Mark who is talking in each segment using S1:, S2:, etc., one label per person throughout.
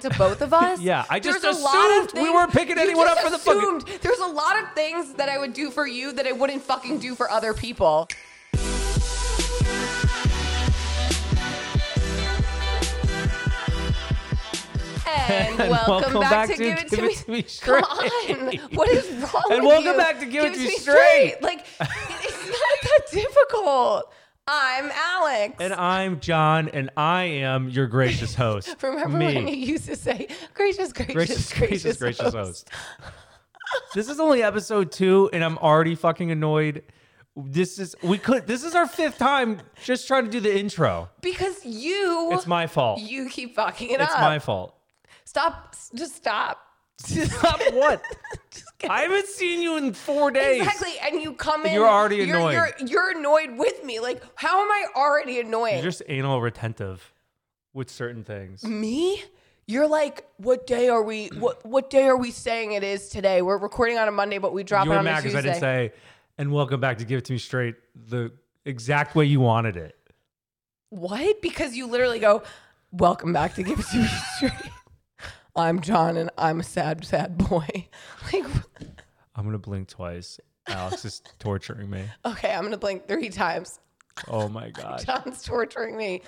S1: to both of us.
S2: Yeah, I just
S1: There's a lot of
S2: assumed we
S1: things-
S2: weren't picking
S1: you
S2: anyone
S1: just
S2: up for the fucking-
S1: assumed. There's a lot of things that I would do for you that I wouldn't fucking do for other people. And, welcome, back, to, Give It To Me. Come
S2: Straight.
S1: on, what is wrong with
S2: And
S1: you?
S2: welcome back to Give It To Me Straight.
S1: Like, it's not that difficult. I'm Alex.
S2: And I'm John, and I am your gracious host.
S1: Remember
S2: me.
S1: when you used to say, gracious, gracious, gracious,
S2: gracious,
S1: oh,
S2: gracious, gracious host. this is only episode two, and I'm already fucking annoyed. This is we could. This is our fifth time just trying to do the intro.
S1: Because you,
S2: It's my fault.
S1: you keep fucking it
S2: It's
S1: up.
S2: my fault.
S1: stop, s- just stop.
S2: Stop what?
S1: Just kidding.
S2: I haven't seen you in four days.
S1: Exactly, and you come in.
S2: You're already annoyed.
S1: You're, you're annoyed with me. Like, how am I already annoying?
S2: You're just anal retentive with certain things.
S1: me? You're like, what day are we? What what day are we saying it is today? We're recording on a Monday, but we drop
S2: you
S1: it
S2: were
S1: on
S2: mad
S1: a
S2: because
S1: Tuesday.
S2: I didn't say, and welcome back to Give It To Me Straight, the exact way you wanted it.
S1: What? Because you literally go, Welcome back to Give It To Me Straight. I'm John and I'm a sad, sad boy. Like,
S2: I'm going to blink twice. Alex is torturing me.
S1: okay, I'm going to blink three times.
S2: Oh my God.
S1: John's torturing me.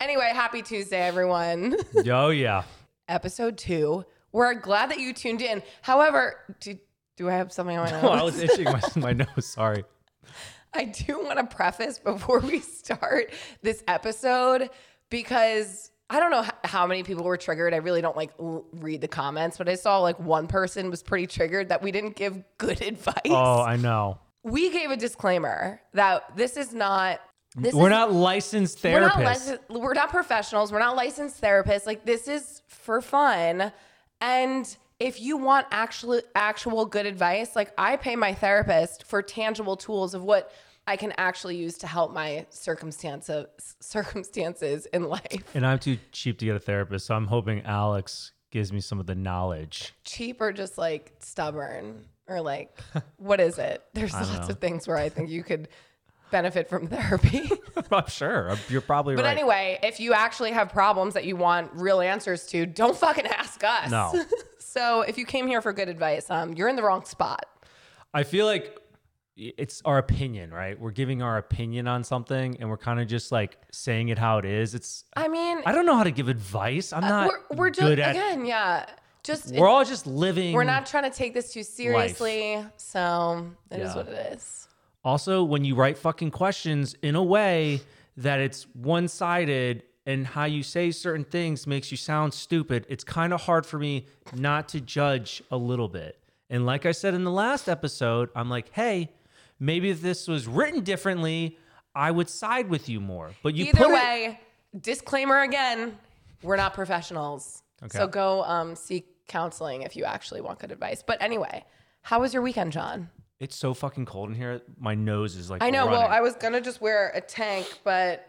S1: Anyway, happy Tuesday, everyone.
S2: Yo, Oh, yeah.
S1: Episode two. We're glad that you tuned in. However, do, do I have something on my
S2: Oh, I
S1: nose?
S2: was itching my, my nose. Sorry.
S1: I do want to preface before we start this episode because I don't know h- how many people were triggered. I really don't like l- read the comments, but I saw like one person was pretty triggered that we didn't give good advice.
S2: Oh, I know.
S1: We gave a disclaimer that this is not. This
S2: We're
S1: is-
S2: not licensed therapists.
S1: We're not, lic- we're not professionals. We're not licensed therapists. Like this is for fun. And if you want actual actual good advice, like I pay my therapist for tangible tools of what I can actually use to help my circumstance of, circumstances in life.
S2: and I'm too cheap to get a therapist. So I'm hoping Alex gives me some of the knowledge.
S1: Cheap or just like stubborn or like what is it? There's lots of things where I think you could benefit from therapy.
S2: I'm sure. I'm- You're probably
S1: But
S2: right.
S1: anyway, if you actually have problems that you want real answers to, don't fucking ask us.
S2: No.
S1: so if you came here for good advice, um, you're in the wrong spot.
S2: I feel like it's our opinion, right? We're giving our opinion on something and we're kind of just like saying it how it is. It's
S1: I mean,
S2: I don't know how to give advice. I'm not
S1: Uh, we're, we're just
S2: good at
S1: again, yeah, just it-
S2: We're all just living.
S1: we're not trying to take this too seriously. So it is
S2: Yeah.
S1: what it is.
S2: Also, when you write fucking questions in a way that it's one-sided and how you say certain things makes you sound stupid, it's kind of hard for me not to judge a little bit. And like I said in the last episode, I'm like, "Hey, maybe if this was written differently, I would side with you more." But you
S1: Either
S2: put it-
S1: way, disclaimer again, we're not professionals.
S2: Okay.
S1: So go um, seek counseling if you actually want good advice. But anyway, how was your weekend, John?
S2: It's so fucking cold in here. My nose is like.
S1: I know. Well,
S2: running.
S1: I was gonna just wear a tank, but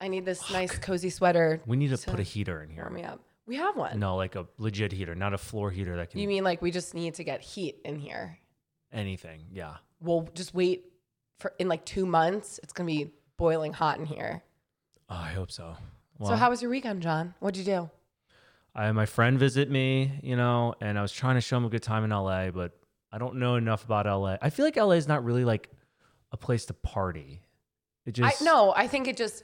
S1: I need this nice cozy sweater.
S2: we need to put a heater in here.
S1: Warm me up. We have one.
S2: No, like a legit heater, not a floor heater that can
S1: You mean like we just need to get heat in here?
S2: anything. Yeah.
S1: We'll just wait for in like two months. It's gonna be boiling hot in here.
S2: Oh, I hope so. Well,
S1: so how was your weekend, John? What'd you do?
S2: I had my friend visit me, you know, and I was trying to show him a good time in LA, but I don't know enough about LA. I feel like LA is not really like a place to party. It just
S1: I no, I think it just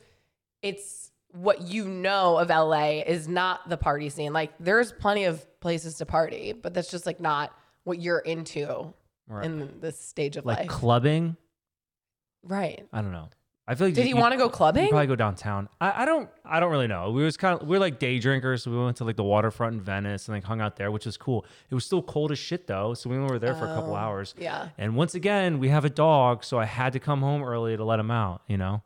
S1: it's what you know of LA is not the party scene. Like there's plenty of places to party, but that's just like not what you're into
S2: Right.
S1: in this stage of
S2: like
S1: life. club.
S2: clubbing.
S1: right.
S2: I don't know. I feel like
S1: Did
S2: you-
S1: he
S2: you-
S1: want to go
S2: You
S1: clubbing?
S2: probably go downtown. I, I don't I don't really know. We was kind of we were like day drinkers, so we went to like the waterfront in Venice and like hung out there, which was cool. It was still cold as shit though, so we were there for a couple
S1: Oh,
S2: hours.
S1: Yeah.
S2: And once again, we have a dog, so I had to come home early to let him out. You know,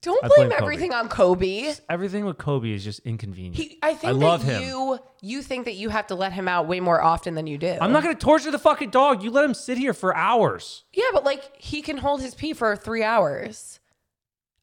S1: Don't
S2: I
S1: blame
S2: blame Kobe.
S1: everything on Kobe.
S2: everything with Kobe is just inconvenient.
S1: He, I think
S2: I love
S1: that
S2: him.
S1: you you think that you have to let him out way more often than you do.
S2: I'm not gonna torture the fucking dog. You let him sit here for hours.
S1: Yeah, but like he can hold his pee for three hours.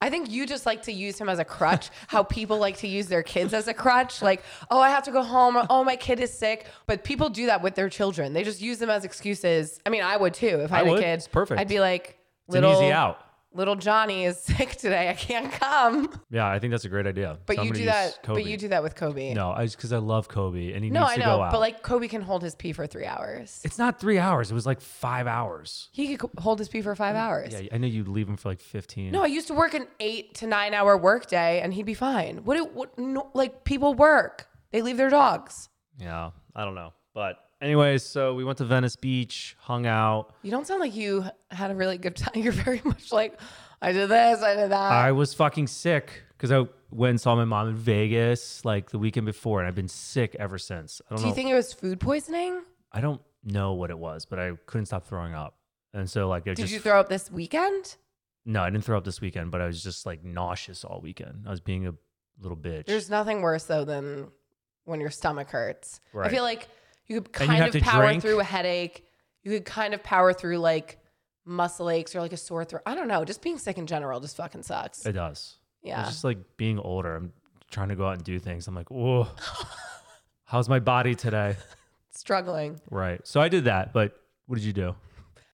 S1: I think you just like to use him as a crutch. how people like to use their kids as a crutch. Like, oh, I have to go home. Or, oh, my kid is sick. But people do that with their children. They just use them as excuses. I mean, I would too if I,
S2: I
S1: had
S2: would.
S1: a kid.
S2: It's perfect.
S1: I'd be like,
S2: It's an
S1: little
S2: easy out.
S1: little Johnny is sick today. I can't come.
S2: Yeah, I think that's a great idea.
S1: But
S2: So I'm
S1: you
S2: gonna
S1: do
S2: use
S1: that.
S2: Kobe.
S1: But you do that with Kobe.
S2: No, I just because I love Kobe and he
S1: No,
S2: needs
S1: I
S2: to go
S1: know.
S2: out.
S1: But like Kobe can hold his pee for three hours.
S2: it's not three hours. It was like five hours.
S1: He could co- hold his pee for five hours.
S2: Yeah, I know you leave him for like fifteen.
S1: No, I used to work an eight to nine hour workday, and he'd be fine. What? do- What? No, like people work. They leave their dogs.
S2: Yeah, I don't know. But anyways, so we went to Venice Beach, hung out.
S1: You don't sound like you had a really good time. You're very much like, I did this, I did that.
S2: I was fucking sick because I went and saw my mom in Vegas like the weekend before, and I've been sick ever since. I don't
S1: do
S2: know.
S1: you think it was food poisoning?
S2: I don't know what it was, but I couldn't stop throwing up. And so like I
S1: Did
S2: just
S1: you throw up this weekend?
S2: no, I didn't throw up this weekend, but I was just like nauseous all weekend. I was being a little bitch.
S1: There's nothing worse though than when your stomach hurts. I
S2: Right.
S1: feel like you could
S2: And you
S1: kind
S2: have
S1: of
S2: to
S1: power
S2: drink.
S1: through a headache. You could kind of power through like muscle aches or like a sore throat. I don't know. Just being sick in general just fucking sucks.
S2: it does.
S1: yeah.
S2: It's just like being older. I'm trying to go out and do things. I'm like, oh, how's my body today?
S1: Struggling.
S2: Right. So I did that, but what did you do?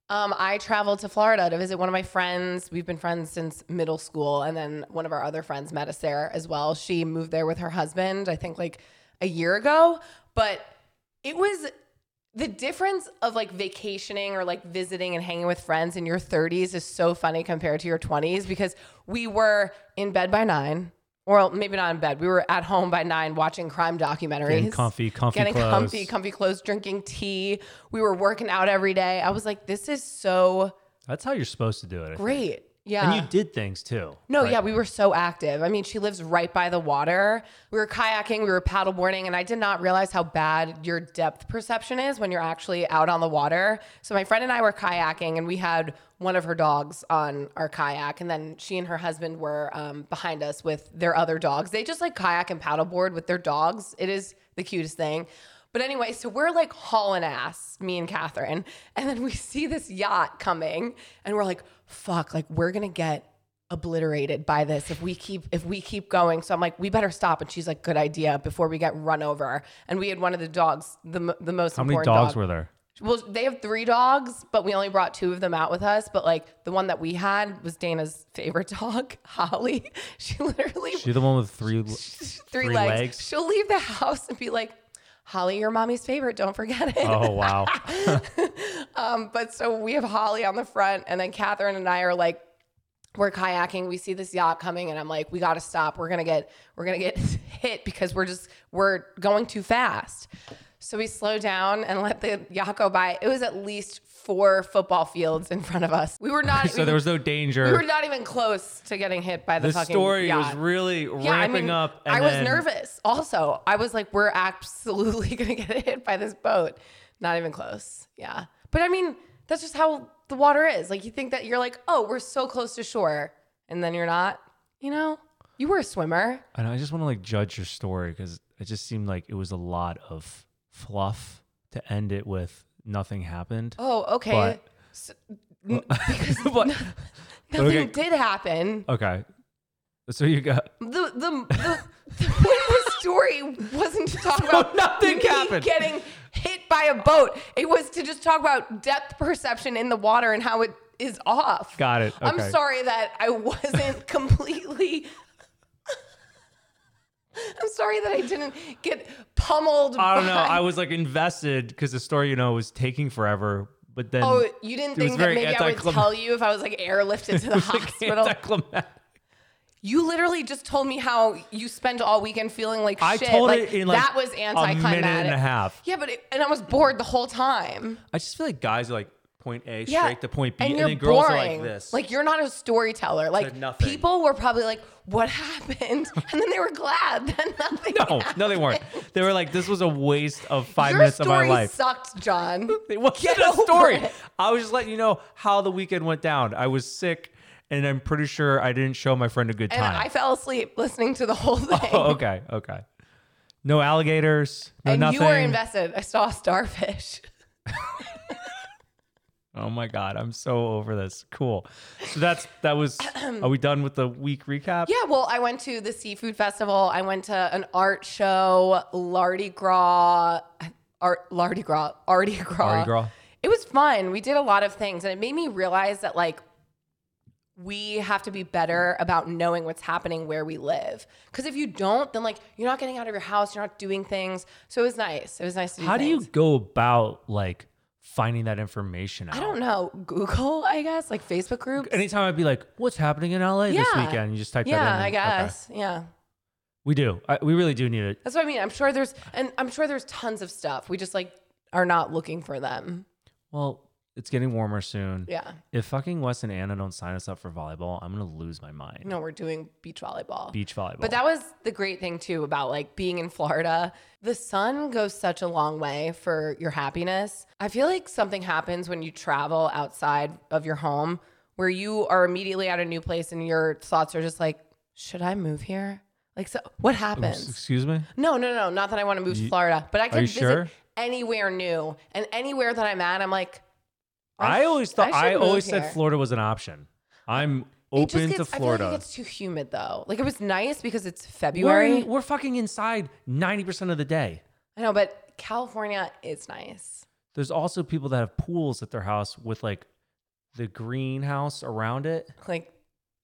S1: Um, I traveled to Florida to visit one of my friends. We've been friends since middle school, and then one of our other friends met us there as well. She moved there with her husband, I think, like a year ago. But it was the difference of like vacationing or like visiting and hanging with friends in your 30s is so funny compared to your 20s because we were in bed by nine, or maybe not in bed. We were at home by nine watching crime documentaries,
S2: Getting comfy, comfy
S1: getting
S2: clothes.
S1: comfy, comfy clothes, drinking tea. We were working out every day. I was like, this is so
S2: That's how you're supposed to do it. I think.
S1: great. Yeah.
S2: And you did things too.
S1: no,
S2: right?
S1: yeah, we were so active. I mean, she lives right by the water. We were kayaking, we were paddleboarding, and I did not realize how bad your depth perception is when you're actually out on the water. So my friend and I were kayaking, and we had one of her dogs on our kayak, and then she and her husband were um, behind us with their other dogs. They just like kayak and paddleboard with their dogs. It is the cutest thing. But anyway, so we're like hauling ass, me and Catherine. And then we see this yacht coming and we're like, fuck, like we're gonna get obliterated by this if we keep if we keep going. So I'm like, we better stop. And she's like, good idea before we get run over. And we had one of the dogs, the m- the most
S2: How many
S1: important
S2: dogs
S1: dog.
S2: were there?
S1: Well, they have three dogs, but we only brought two of them out with us. But like the one that we had was Dana's favorite dog, Holly. She literally
S2: She the one with three.
S1: three,
S2: Three
S1: legs.
S2: legs.
S1: She'll leave the house and be like, Holly, your mommy's favorite. Don't forget it.
S2: oh wow.
S1: Um, but so we have Holly on the front, and then Catherine and I are like, we're kayaking. We see this yacht coming, and I'm like, we gotta stop. We're gonna get, we're gonna get hit because we're just we're going too fast. So we slow down and let the yacht go by. It was at least four football fields in front of us. We were not.
S2: so there was no danger.
S1: we were not even close to getting hit by the,
S2: the
S1: fucking
S2: story
S1: yacht.
S2: was really
S1: Yeah, I
S2: ramping
S1: mean,
S2: up. And
S1: I was
S2: then-
S1: nervous. Also, I was like, we're absolutely gonna get hit by this boat. Not even close. Yeah, but I mean, that's just how the water is. Like you think that you're like, oh, we're so close to shore, and then you're not. You know, you were a swimmer.
S2: And I just want to like judge your story because it just seemed like it was a lot of fluff to end it with nothing happened.
S1: Oh, okay.
S2: But-
S1: So- n- because
S2: But-
S1: nothing
S2: okay.
S1: did happen.
S2: okay. So you got
S1: The the the, the point of the story wasn't to talk about
S2: nothing
S1: me
S2: happened.
S1: getting hit by a boat. It was to just talk about depth perception in the water and how it is off.
S2: got it.
S1: I'm
S2: Okay.
S1: sorry that I wasn't completely. I'm sorry that I didn't get pummeled.
S2: I don't know.
S1: by-
S2: I was like invested because the story, you know, was taking forever. But then
S1: oh, you didn't
S2: It was
S1: think that
S2: very
S1: maybe I would
S2: anticlim-
S1: tell you if I was like airlifted to the hospital.
S2: anticlimactic.
S1: You literally just told me how you spent all weekend feeling like
S2: I
S1: shit.
S2: told
S1: like,
S2: it in like
S1: that was
S2: a minute and a
S1: anticlimactic.
S2: half.
S1: Yeah, but it, and I was bored the whole time.
S2: I just feel like guys are like point A straight
S1: Yeah,
S2: to point B,
S1: and,
S2: and,
S1: you're
S2: then girls
S1: boring.
S2: are like this.
S1: Like you're not a storyteller. Like
S2: nothing.
S1: people were probably like, "What happened?" and then they were glad that nothing.
S2: no,
S1: happened.
S2: no, they weren't. They were like, this was a waste of five
S1: Your
S2: minutes of
S1: story
S2: my life.
S1: sucked, John.
S2: It
S1: Get
S2: wasn't a
S1: over
S2: story.
S1: it.
S2: I was just letting you know how the weekend went down. I was sick, and I'm pretty sure I didn't show my friend a good
S1: And
S2: time.
S1: I fell asleep listening to the whole thing.
S2: oh, okay, okay. No alligators, no
S1: and
S2: nothing.
S1: you were invested. I saw a starfish.
S2: oh my god, I'm so over this. Cool. So that's that was. are we done with the week recap?
S1: Yeah, well, I went to the seafood festival. I went to an art show, Lardy Gras, art Lardy Gras, Artie Gras.
S2: Mardi Gras.
S1: It was fun. We did a lot of things, and it made me realize that like we have to be better about knowing what's happening where we live. Because if you don't, then like you're not getting out of your house, you're not doing things. So it was nice. It was nice to do
S2: How do you
S1: things.
S2: go about like finding that information out?
S1: I don't know. Google, I guess, like Facebook groups.
S2: Anytime I'd be like, "What's happening in LA this
S1: Yeah.
S2: weekend?" You just type that in.
S1: yeah,
S2: and-
S1: I
S2: okay.
S1: guess. Yeah.
S2: we do. I, we really do need it.
S1: That's what I mean. I'm sure there's and I'm sure there's tons of stuff. We just like are not looking for them.
S2: Well, it's getting warmer soon.
S1: Yeah.
S2: If fucking Wes and Anna don't sign us up for volleyball, I'm gonna lose my mind.
S1: No, we're doing beach volleyball.
S2: Beach volleyball.
S1: But that was the great thing too about like being in Florida. The sun goes such a long way for your happiness. I feel like something happens when you travel outside of your home where you are immediately at a new place and your thoughts are just like, should I move here? Like so what
S2: S-
S1: happens?
S2: Excuse me.
S1: No, no, no, not that I want to move to Florida, but I could
S2: you
S1: visit
S2: sure?
S1: anywhere new and anywhere that I'm at, I'm like
S2: I, always thought
S1: I
S2: I,
S1: should move
S2: always
S1: here.
S2: said Florida was an option. I'm
S1: it just
S2: open
S1: gets,
S2: to
S1: I feel
S2: Florida.
S1: like it gets too humid though. Like it was nice because it's
S2: We're,
S1: February.
S2: in, we're fucking inside 90% of the day.
S1: I know, but California is nice.
S2: There's also people that have pools at their house with like the greenhouse around it.
S1: Like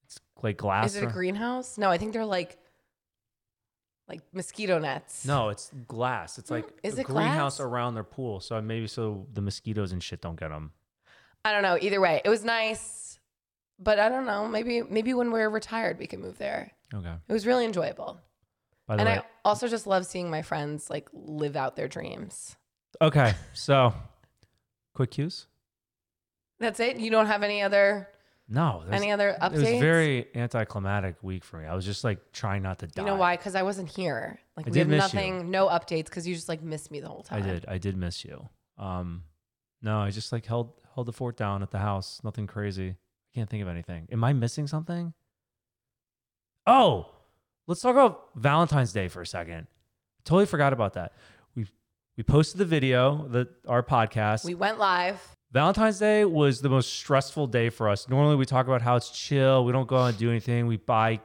S2: It's like glass.
S1: Is it a
S2: or-
S1: greenhouse? No, I think they're like like mosquito nets.
S2: no, it's glass. It's like
S1: Hmm, is
S2: a
S1: it
S2: greenhouse
S1: glass?
S2: around their pool. So maybe so the mosquitoes and shit don't get them.
S1: I don't know. Either way, it was nice, but I don't know. Maybe maybe when we're retired, we can move there.
S2: Okay.
S1: It was really enjoyable,
S2: By the
S1: and
S2: way,
S1: I also just love seeing my friends like live out their dreams.
S2: okay. So quick cues?
S1: That's it. You don't have any other
S2: No. there's-
S1: any other updates.
S2: It was very anticlimactic week for me. I was just like trying not to die.
S1: You know why? Because I wasn't here. Like
S2: I
S1: we
S2: did
S1: have
S2: miss you.
S1: nothing, no updates. Because you just like missed me the whole
S2: I
S1: time.
S2: did. I did miss you. Um, no, I just like held held the fort down at the house. Nothing crazy. I can't think of anything. Am I missing something? Oh, let's talk about Valentine's Day for a second. Totally forgot about that. We we posted the video that our podcast.
S1: We went live.
S2: Valentine's Day was the most stressful day for us. Normally, we talk about how it's chill. We don't go out and do anything. We buy,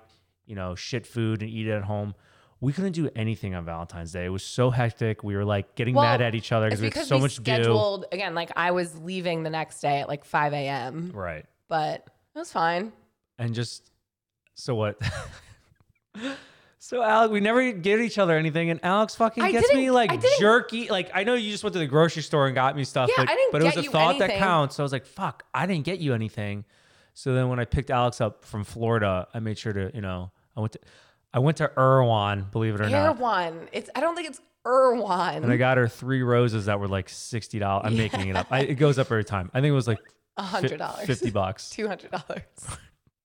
S2: you know, shit food and eat it at home. We couldn't do anything on Valentine's Day. It was so hectic. We were like getting
S1: Well,
S2: mad at each other
S1: It's
S2: because we had
S1: because
S2: so
S1: we
S2: much
S1: scheduled again. Like I was leaving the next day at like 5 a.m.
S2: to do. Right.
S1: but it was fine.
S2: And just so what? so Alec, we never get each other anything, and Alex fucking
S1: I
S2: gets me
S1: didn't- I
S2: like
S1: didn't-
S2: jerky. Like I know you just went to the grocery store and got me stuff,
S1: Yeah,
S2: but,
S1: I didn't
S2: but it
S1: get
S2: was a
S1: you
S2: thought that
S1: anything.
S2: counts. So I was like, fuck, I didn't get you anything. So then when I picked Alex up from Florida, I made sure to, you know, I went to I went to Irwan, believe it or not.
S1: Erwan. It's I don't think it's Erwan.
S2: And I got her three roses that were like sixty dollars. I'm making it up. I, it goes up every time. I think it was like
S1: A hundred dollars.
S2: fifty bucks.
S1: Two hundred dollars.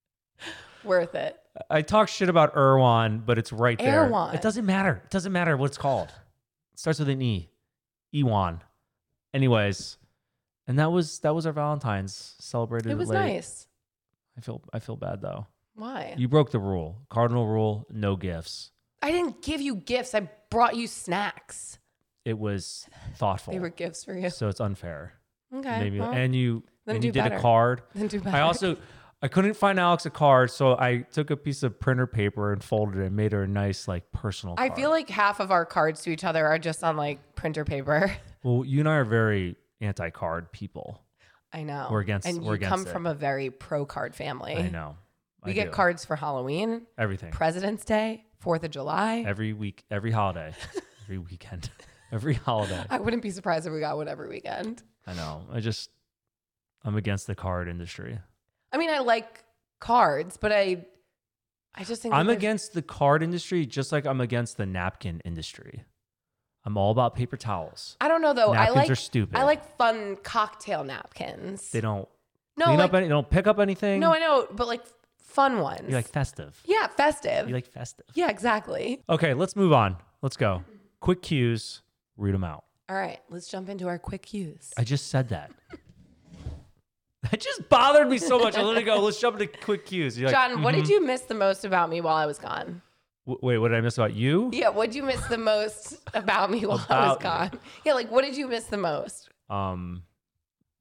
S1: Worth it.
S2: I talk shit about Irwan, but it's right there.
S1: Erwan.
S2: It doesn't matter. It doesn't matter what it's called. It starts with an E. Ewan. Anyways, and that was that was our Valentine's celebrated.
S1: It was
S2: late.
S1: nice.
S2: I feel I feel bad though.
S1: Why?
S2: You broke the rule. Cardinal rule, no gifts.
S1: I didn't give you gifts. I brought you snacks.
S2: It was thoughtful.
S1: They were gifts for you.
S2: so it's unfair.
S1: Okay.
S2: Maybe
S1: well,
S2: and you
S1: then
S2: and you
S1: do
S2: did a
S1: better.
S2: card.
S1: then do better.
S2: I also I couldn't find Alex a card, so I took a piece of printer paper and folded it and made her a nice like personal
S1: I
S2: card.
S1: feel like half of our cards to each other are just on like printer paper.
S2: Well, you and I are very anti-card people.
S1: I know.
S2: We're against-
S1: And
S2: we're
S1: you come
S2: against it.
S1: from a very pro card family.
S2: I know.
S1: We
S2: I
S1: get
S2: do.
S1: cards for Halloween,
S2: everything
S1: President's Day, Fourth of July.
S2: every week, every holiday, every weekend, every holiday.
S1: I wouldn't be surprised if we got one every weekend.
S2: I know. I just I'm against the card industry.
S1: I mean, I like cards, but I, I just think that
S2: I'm
S1: they're-
S2: against the card industry, just like I'm against the napkin industry. I'm all about paper towels.
S1: I don't know though. I
S2: Napkins
S1: like
S2: are stupid.
S1: I like fun cocktail napkins.
S2: They don't
S1: no,
S2: clean
S1: like,
S2: up any. They don't pick up anything.
S1: no, I know, but like fun ones.
S2: you like festive.
S1: yeah, festive.
S2: You like festive.
S1: yeah, exactly.
S2: Okay, let's move on. Let's go. Quick cues. Read them out.
S1: All right, let's jump into our quick cues.
S2: I just said that. That just bothered me so much. I let it go. Let's jump into quick cues. You're like, "Mm, Mm-hmm.
S1: John, what did you miss the most about me while I was gone?
S2: "W- wait, what did I miss about you?
S1: Yeah, what did you miss the most about me while I was
S2: About
S1: gone? Yeah, like what did you miss the most?
S2: Um,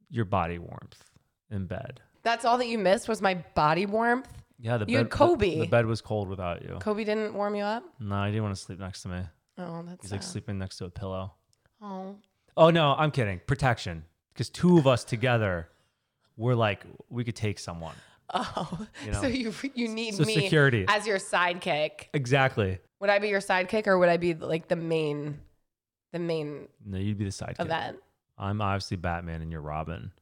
S2: your body warmth in bed.
S1: That's all that you missed was my body warmth.
S2: Yeah, the
S1: You had
S2: bed. the-
S1: Kobe.
S2: The, bed was cold without you.
S1: Kobe didn't warm you up.
S2: No, I didn't want to sleep next to me.
S1: Oh, that's
S2: He's like
S1: sad.
S2: sleeping next to a pillow.
S1: oh.
S2: Oh no, I'm kidding. Protection, because two of us together, we're like we could take someone.
S1: Oh,
S2: You know?
S1: so you you need
S2: So
S1: me
S2: security.
S1: as your sidekick.
S2: Exactly.
S1: Would I be your sidekick or would I be like the main, the main
S2: No, you'd be the sidekick.
S1: event?
S2: I'm obviously Batman and you're Robin.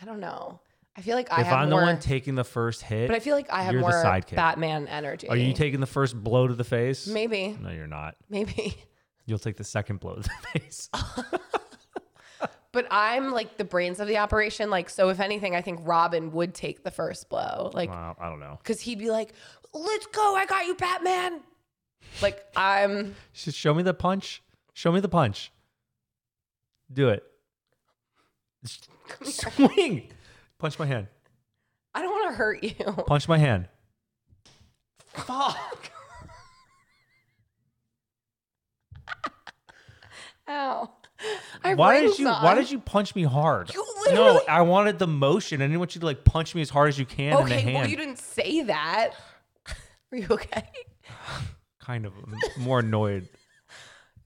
S1: I don't know. I feel like I
S2: If
S1: have
S2: I'm
S1: more,
S2: the one taking the first hit,
S1: but I feel like I have
S2: you're the
S1: more
S2: sidekick.
S1: Batman energy.
S2: are you taking the first blow to the face?
S1: Maybe,
S2: No, you're not.
S1: maybe.
S2: You'll take the second blow to the face.
S1: But I'm like the brains of the operation. Like, so if anything, I think Robin would take the first blow. Like,
S2: wow, I don't know.
S1: because he'd be like, "Let's go! I got you, Batman." Like I'm.
S2: Just show me the punch. Show me the punch. Do it. S- Swing. Punch my hand.
S1: I don't want to hurt you.
S2: Punch my hand. Fuck.
S1: Ow. I have
S2: Why
S1: rings
S2: did you
S1: on.
S2: why did you punch me hard?
S1: You
S2: no,
S1: literally-
S2: I wanted the motion. I didn't want you to like punch me as hard as you can in the
S1: Okay,
S2: hand.
S1: well you didn't say that. Are you okay?
S2: kind of I'm more annoyed.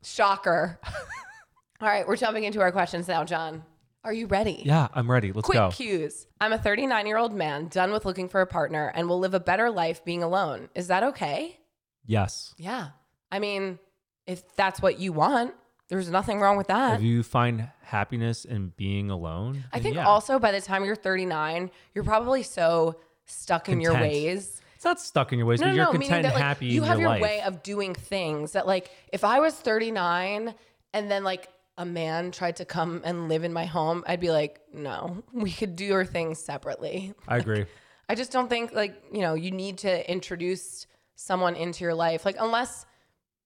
S1: Shocker. All right, we're jumping into our questions now, John. Are you ready?
S2: Yeah, I'm ready. Let's
S1: Quick
S2: go.
S1: cues. I'm a 39 year old man done with looking for a partner and will live a better life being alone. Is that okay?
S2: Yes.
S1: Yeah. I mean, if that's what you want, there's nothing wrong with that.
S2: If you find happiness in being alone,
S1: I
S2: then
S1: think
S2: yeah.
S1: also by the time you're 39, you're probably so stuck in your
S2: Content.
S1: ways.
S2: it's not stuck in your ways,
S1: No,
S2: but
S1: no,
S2: you're
S1: no, meaning
S2: content
S1: that,
S2: and
S1: like,
S2: happy.
S1: You
S2: in
S1: have your,
S2: life.
S1: way of doing things that, like, if I was 39 and then like a man tried to come and live in my home, I'd be like, no, we could do our things separately.
S2: I agree.
S1: I just don't think like you know you need to introduce someone into your life, like unless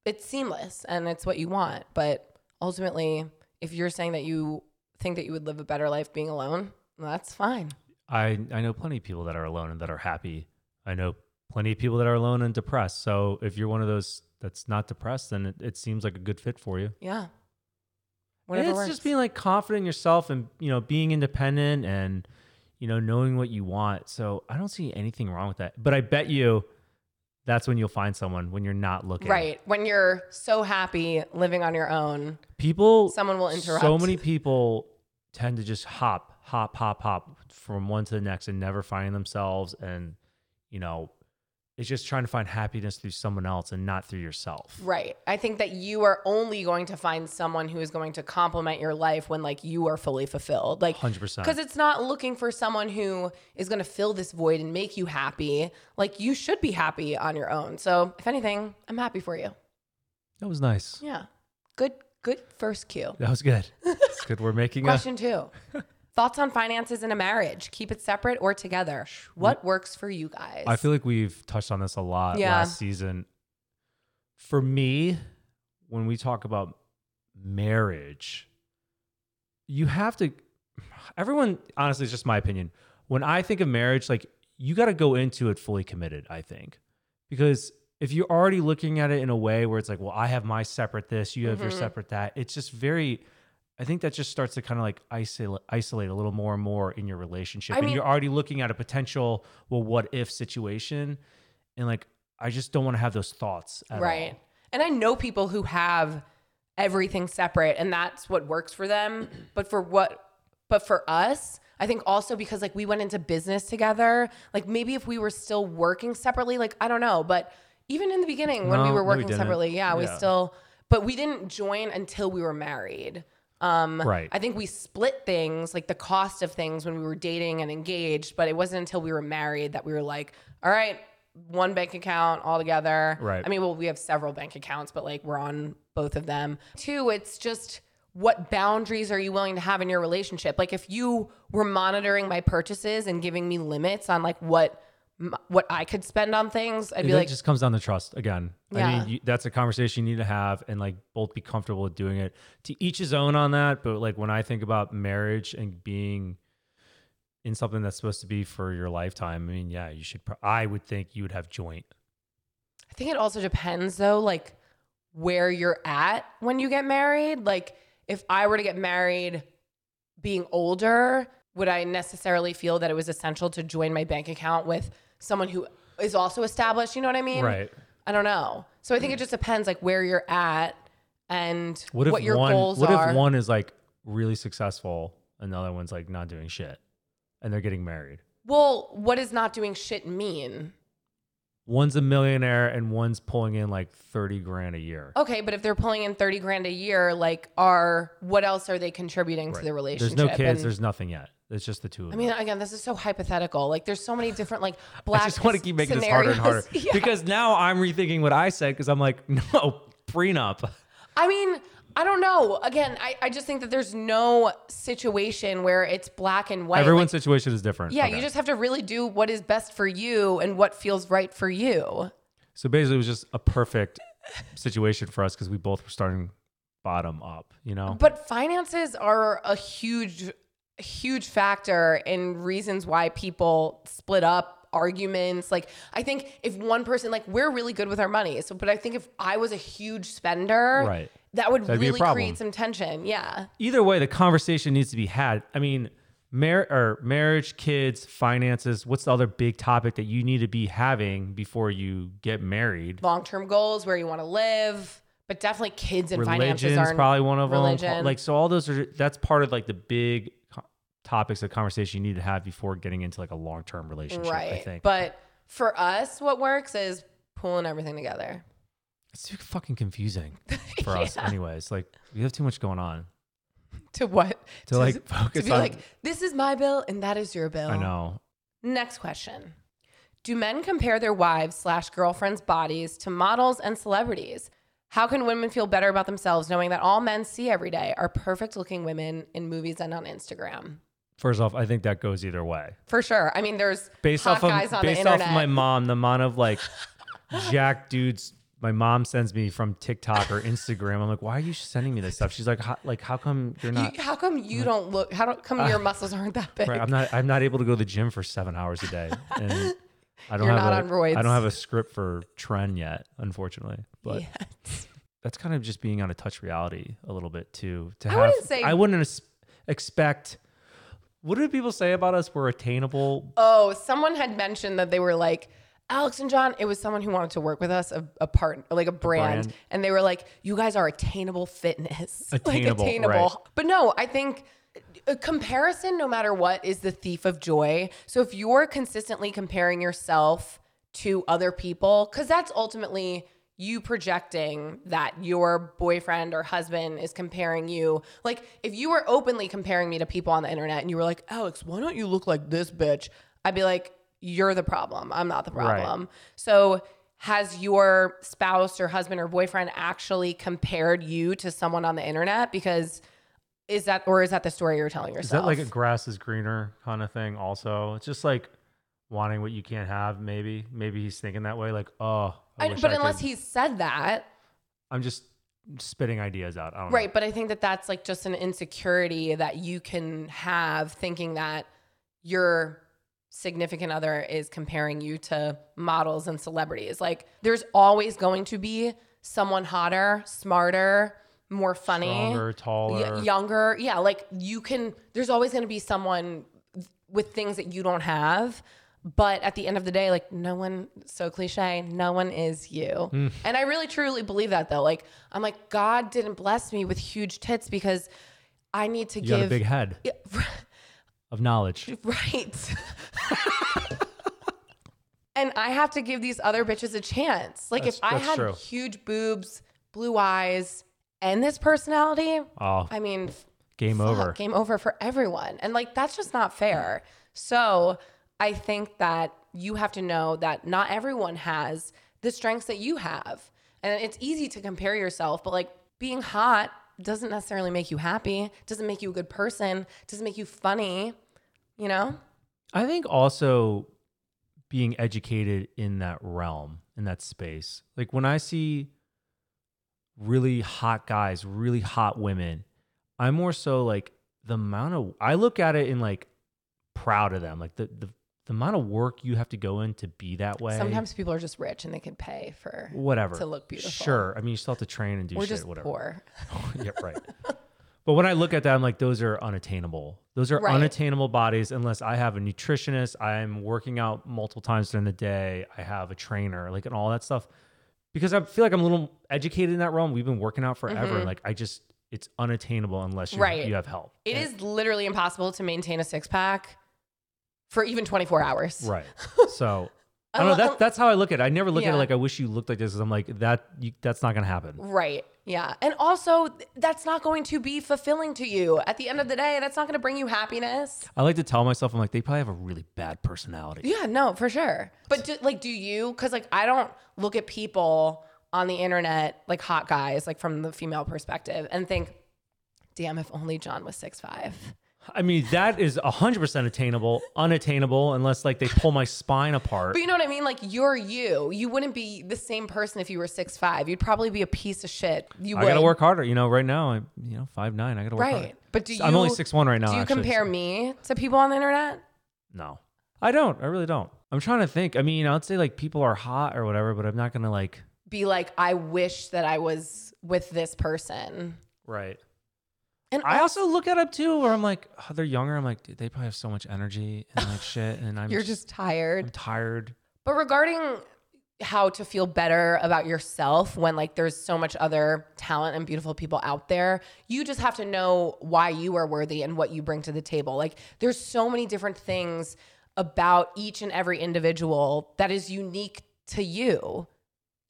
S1: it's seamless and it's what you want. But ultimately, if you're saying that you think that you would live a better life being alone, well, that's fine.
S2: I I know plenty of people that are alone and that are happy. I know plenty of people that are alone and depressed. So if you're one of those that's not depressed, then it, it seems like a good fit for you.
S1: Yeah,
S2: And
S1: whatever
S2: it's
S1: works.
S2: just being like confident in yourself and you know being independent and you know knowing what you want. So I don't see anything wrong with that. But I bet you that's when you'll find someone when you're not looking.
S1: Right. When you're so happy living on your own,
S2: People
S1: someone will interrupt.
S2: So many people tend to just hop, hop, hop, hop from one to the next and never finding themselves. And, you know, it's just trying to find happiness through someone else and not through yourself.
S1: Right. I think that you are only going to find someone who is going to complement your life when like you are fully fulfilled. Like
S2: 100%.
S1: Because it's not looking for someone who is going to fill this void and make you happy. Like you should be happy on your own. So if anything, I'm happy for you.
S2: That was nice.
S1: Yeah. Good. Good first cue.
S2: That was good. It's good. We're making a.
S1: Question two. Thoughts on finances in a marriage? Keep it separate or together? What works for you guys?
S2: I feel like we've touched on this a lot
S1: Yeah.
S2: last season. For me, when we talk about marriage, you have to everyone honestly it's just my opinion. When I think of marriage, like you got to go into it fully committed, I think. Because if you're already looking at it in a way where it's like, well, I have my separate this, you have your
S1: Mhm.
S2: separate that, it's just very I think that just starts to kind of like isolate isolate a little more and more in your relationship.
S1: I
S2: and
S1: mean-
S2: you're already looking at a potential, well, what if situation. And like, I just don't want to have those thoughts. At
S1: right
S2: all.
S1: and i know people who have everything separate and that's what works for them but for what but for us i think also because like we went into business together like maybe if we were still working separately like i don't know but even in the beginning when
S2: No,
S1: we
S2: no,
S1: were
S2: we
S1: working
S2: didn't.
S1: separately yeah, we
S2: Yeah.
S1: still but we didn't join until we were married um
S2: Right.
S1: i think we split things like the cost of things when we were dating and engaged but it wasn't until we were married that we were like all right one bank account all together
S2: Right.
S1: i mean well we have several bank accounts but like we're on both of them two it's just what boundaries are you willing to have in your relationship like if you were monitoring my purchases and giving me limits on like what m- what i could spend on things i'd
S2: It
S1: be like
S2: just comes down to trust again. I
S1: Yeah.
S2: mean, you, that's a conversation you need to have and like both be comfortable with doing it. To each his own on that. But like, when I think about marriage and being in something that's supposed to be for your lifetime, I mean, yeah, you should, pro- I would think you would have joint.
S1: I think it also depends though, like where you're at when you get married. Like if I were to get married being older, would I necessarily feel that it was essential to join my bank account with someone who is also established? You know what I mean?
S2: Right.
S1: I don't know. So I think it just depends like where you're at and
S2: What
S1: what,
S2: if
S1: your
S2: one,
S1: goals
S2: What
S1: are.
S2: if one is like really successful and the other one's like not doing shit and they're getting married?
S1: Well, what does not doing shit mean?
S2: One's a millionaire and one's pulling in like 30 grand a year.
S1: Okay, but if they're pulling in 30 grand a year, like are what else are they contributing to
S2: Right.
S1: the
S2: There's
S1: relationship?
S2: no kids.
S1: And-
S2: There's nothing yet. It's just the two of
S1: I
S2: them.
S1: mean, again, this is so hypothetical. Like there's so many different like black
S2: I just want to keep making this harder and
S1: scenarios.
S2: harder
S1: Yeah.
S2: because now I'm rethinking what I said because I'm like, no, prenup.
S1: I mean, I don't know. Again, I, I just think that there's no situation where it's black and white.
S2: Everyone's situation is different.
S1: Like, yeah,
S2: Okay.
S1: you just have to really do what is best for you and what feels right for you.
S2: So basically, it was just a perfect situation for us because we both were starting bottom up, you know?
S1: But finances are a huge, huge factor in reasons why people split up, arguments. Like, I think if one person, like, we're really good with our money. So, but I think if I was a huge spender,
S2: Right.
S1: that would
S2: That'd be a
S1: really
S2: problem.
S1: create some tension. Yeah.
S2: Either way, the conversation needs to be had. I mean, mar- or marriage, kids, finances. What's the other big topic that you need to be having before you get married?
S1: Long term goals, where you want to live, but definitely kids and finances
S2: Religion's
S1: are
S2: probably one of them.
S1: religion.
S2: Like, so all those are, that's part of like the big co- topics of conversation you need to have before getting into like a long term relationship,
S1: right.
S2: I think.
S1: But for us, what works is pulling everything together.
S2: it's too fucking confusing for us, anyways. Like, we have too much going on.
S1: To what?
S2: To, like focus
S1: to be
S2: on
S1: like, this is my bill and that is your bill.
S2: I know.
S1: Next question. Do men compare their wives slash girlfriends' bodies to models and celebrities? How can women feel better about themselves knowing that all men see every day are perfect looking women in movies and on Instagram?
S2: First off, I think that goes either way.
S1: For sure. I mean, there's
S2: Based
S1: hot
S2: off of
S1: guys on
S2: based
S1: the
S2: off
S1: internet.
S2: of my mom, the amount of like jack dudes my mom sends me from TikTok or Instagram. I'm like, why are you sending me this stuff? She's like, how, like how come you're not?
S1: You- how come you don't look? How don't, come your muscles aren't that big?
S2: right, I'm not. I'm not able to go to the gym for seven hours a day, and I don't
S1: You're
S2: have
S1: not
S2: a,
S1: on roids.
S2: I don't have a script for trend yet, unfortunately. But
S1: Yes.
S2: that's kind of just being out of touch reality a little bit too. To
S1: I
S2: have,
S1: wouldn't say-
S2: I wouldn't es- expect. What do people say about us? We're attainable,
S1: Oh, someone had mentioned that they were like, Alex and John, it was someone who wanted to work with us, a, a part, like a brand,
S2: brand.
S1: And they were like, you guys are attainable fitness.
S2: Attainable,
S1: like
S2: right.
S1: But no, I think a comparison, no matter what, is the thief of joy. So if you're consistently comparing yourself to other people, because that's ultimately you projecting that your boyfriend or husband is comparing you. Like if you were openly comparing me to people on the internet and you were like, Alex, why don't you look like this bitch? I'd be like, you're the problem. I'm not the
S2: Right.
S1: problem. So has your spouse or husband or boyfriend actually compared you to someone on the internet? Because is that or is that the story you're telling yourself?
S2: Is that like a grass is greener kind of thing? Also, it's just like wanting what you can't have. Maybe, maybe he's thinking that way. Like, oh, I
S1: I-
S2: wish
S1: but
S2: I
S1: unless
S2: could-
S1: he said that,
S2: I'm just spitting ideas out. I don't
S1: right? But I think that that's like just an insecurity that you can have, thinking that your significant other is comparing you to models and celebrities. Like, there's always going to be someone hotter, smarter, more funny,
S2: know. stronger, taller.
S1: y- younger. Yeah, like you can. There's always going to be someone th- with things that you don't have. But at the end of the day, like no one, so cliche, no one is you.
S2: Mm.
S1: And I really truly believe that though. Like I'm like God didn't bless me with huge tits because I need to
S2: You got a
S1: give
S2: big head of knowledge.
S1: right. and I have to give these other bitches a chance. Like
S2: That's-
S1: if I
S2: that's
S1: had
S2: true.
S1: huge boobs, blue eyes, and this personality,
S2: Oh,
S1: I mean,
S2: game
S1: fuck,
S2: over.
S1: Game over for everyone. And like that's just not fair. So I think that you have to know that not everyone has the strengths that you have. And it's easy to compare yourself, but like being hot doesn't necessarily make you happy, doesn't make you a good person, doesn't make you funny, you know?
S2: I think also being educated in that realm, in that space. Like when I see really hot guys, really hot women, I'm more so like the amount of I look at it in like proud of them. Like the the, the amount of work you have to go in to be that way.
S1: Sometimes people are just rich and they can pay for
S2: whatever.
S1: to look beautiful.
S2: Sure. I mean you still have to train and do
S1: We're
S2: shit,
S1: just
S2: whatever.
S1: poor.
S2: yeah, right. But when I look at that, I'm like, those are unattainable. Those are
S1: Right.
S2: unattainable bodies unless I have a nutritionist, I'm working out multiple times during the day, I have a trainer, like, and all that stuff. Because I feel like I'm a little educated in that realm. We've been working out forever. and Like, I just, it's unattainable unless you,
S1: Mm-hmm. Right.
S2: you have help.
S1: It is literally impossible to maintain a six pack for even 24 hours.
S2: Right. So I don't know. That, that's how I look at it. I never look at
S1: Yeah.
S2: it like I wish you looked like this. 'cause I'm like that. You, that's not gonna happen.
S1: Right. Yeah. And also, th- that's not going to be fulfilling to you. At the end of the day, that's not going to bring you happiness.
S2: I like to tell myself I'm like they probably have a really bad personality.
S1: Yeah, no, for sure. But do, like, do you? Because like, I don't look at people on the internet like hot guys, like from the female perspective, and think, "Damn, if only John was six five.
S2: I mean that is hundred percent attainable, unattainable unless like they pull my spine apart.
S1: But you know what I mean? Like, you're you. You wouldn't be the same person if you were six five. You'd probably be a piece of shit. You
S2: I
S1: would.
S2: gotta work harder. You know, right now I'm you know five nine. I gotta work harder.
S1: Right. But do you?
S2: I'm only six one right now.
S1: Do you
S2: actually,
S1: compare
S2: so-
S1: me to people on the internet?
S2: No, I don't. I really don't. I'm trying to think. I mean, I'd say like people are hot or whatever, but I'm not gonna like.
S1: be like, I wish that I was with this person.
S2: Right.
S1: And
S2: I also look at up too, where I'm like, oh, they're younger. I'm like, dude, they probably have so much energy and like shit, and I'm
S1: you're just
S2: I'm
S1: tired.
S2: tired.
S1: But regarding how to feel better about yourself when like there's so much other talent and beautiful people out there, you just have to know why you are worthy and what you bring to the table. Like there's so many different things about each and every individual that is unique to you.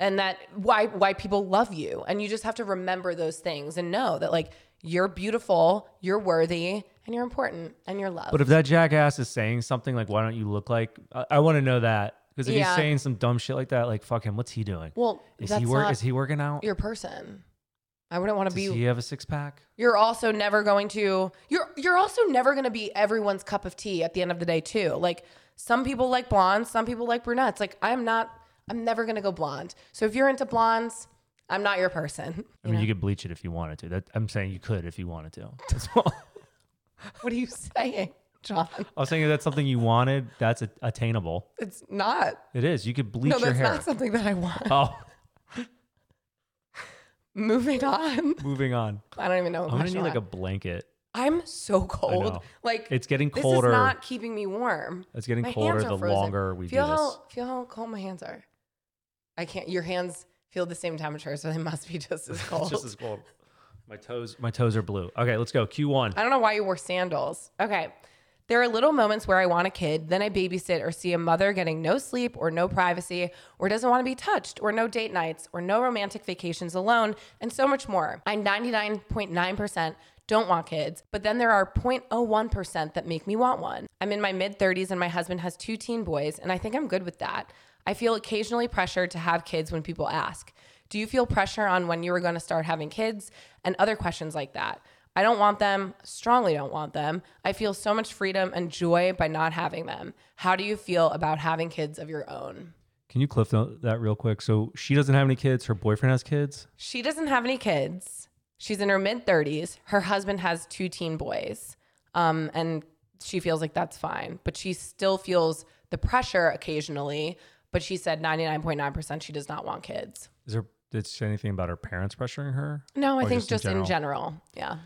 S1: and that why why people love you and you just have to remember those things and know that like you're beautiful you're worthy and you're important and you're loved
S2: But if that jackass is saying something like, why don't you look like? I, I want to know that because if
S1: Yeah.
S2: he's saying some dumb shit like that, like fuck him. What's he doing?
S1: well
S2: Is
S1: that's
S2: he work?
S1: not
S2: Is he working out?
S1: your person i wouldn't want to
S2: Does
S1: be
S2: he have a six pack?
S1: you're also never going to you're you're also never going to be everyone's cup of tea at the end of the day too like some people like blondes some people like brunettes like i'm not i'm never going to go blonde so if you're into blondes i'm not your person
S2: I mean, you could bleach it if you wanted to. That I'm saying you could if you wanted to. That's all.
S1: what are you saying john
S2: I was saying if that's something you wanted, that's a- attainable.
S1: it's not
S2: It is. You could bleach
S1: no
S2: your
S1: that's
S2: hair.
S1: not something that i want
S2: oh,
S1: Moving on.
S2: moving on.
S1: I don't even know. What
S2: I'm gonna
S1: question
S2: need like a
S1: I'm at.
S2: blanket.
S1: I'm so cold.
S2: know.
S1: Like
S2: It's getting
S1: this
S2: colder.
S1: is not keeping me warm.
S2: It's getting
S1: My
S2: colder
S1: hands are
S2: the
S1: frozen.
S2: longer we
S1: feel
S2: do
S1: how,
S2: this.
S1: Feel how cold my hands are. I can't. Your hands feel the same temperature, so they must be just as cold.
S2: It's just as cold. My toes, my toes are blue. Okay, let's go. Q one.
S1: I don't know why you wore sandals. Okay. There are little moments where I want a kid, then I babysit or see a mother getting no sleep or no privacy or doesn't want to be touched or no date nights or no romantic vacations alone and so much more. I 99.9% don't want kids, but then there are 0.01% that make me want one. I'm in my mid 30s and my husband has two teen boys, and I think I'm good with that. I feel occasionally pressured to have kids when people ask, Do you feel pressure on when you were going to start having kids? and other questions like that. I don't want them, strongly don't want them. I feel so much freedom and joy by not having them. How do you feel about having kids of your own?
S2: Can you cliff note that real quick? So she doesn't have any kids. Her boyfriend has kids.
S1: She doesn't have any kids. She's in her mid 30s. Her husband has two teen boys. Um, and she feels like that's fine, but she still feels the pressure occasionally. But she said 99.9% she does not want kids.
S2: Is there? Did she say anything about her parents pressuring her?
S1: No, I
S2: Or
S1: think
S2: Oh, just
S1: just,
S2: in
S1: in, general. Yeah.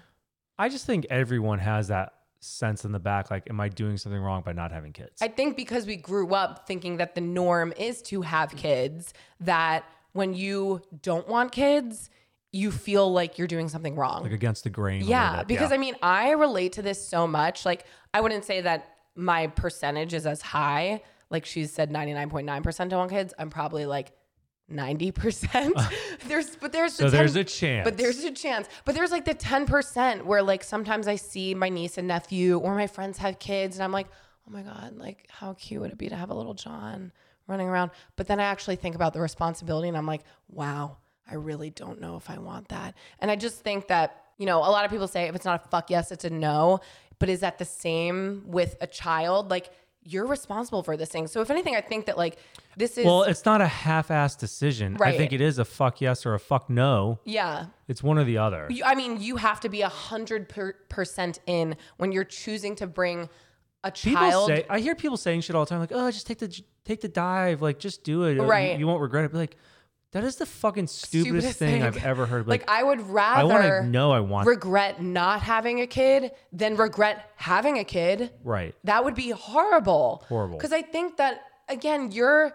S2: I just think everyone has that sense in the back, like, am I doing something wrong by not having kids?
S1: I think because we grew up thinking that the norm is to have kids, that when you don't want kids, you feel like you're doing something wrong.
S2: like against the grain. a little
S1: yeah,
S2: bit.
S1: because I mean, I relate to this so much. Like, I wouldn't say that my percentage is as high. Like she said, 99.9% don't want kids. I'm probably like 90%. there's, but there's,
S2: so
S1: the 10
S2: there's a chance.
S1: but there's a chance. But there's like the 10% where like sometimes I see my niece and nephew or my friends have kids and I'm like, oh my God, like how cute would it be to have a little John running around? But then I actually think about the responsibility and I'm like, wow, I really don't know if I want that. And I just think that, you know, a lot of people say if it's not a fuck yes, it's a no. But is that the same with a child? Like, you're responsible for this thing. So if anything, I think that like this is
S2: well, it's not a half-assed decision. I
S1: Right.
S2: think it is a fuck yes or a fuck no.
S1: yeah.
S2: It's one or the other.
S1: You, I mean, you have to be a hundred per- percent in when you're choosing to bring a
S2: People
S1: child.
S2: say I hear people saying shit all the time, like, "Oh, just take the take the dive, like, just do it, You-
S1: Right.
S2: You, won't regret it." But like, that is the fucking stupidest,
S1: Stupidest
S2: thing,
S1: thing.
S2: I've ever heard.
S1: like,
S2: Like,
S1: I would
S2: I, want
S1: rather
S2: to know I want
S1: regret not having a kid than regret having a kid.
S2: right.
S1: That would be horrible.
S2: Horrible.
S1: Because I think that again, you're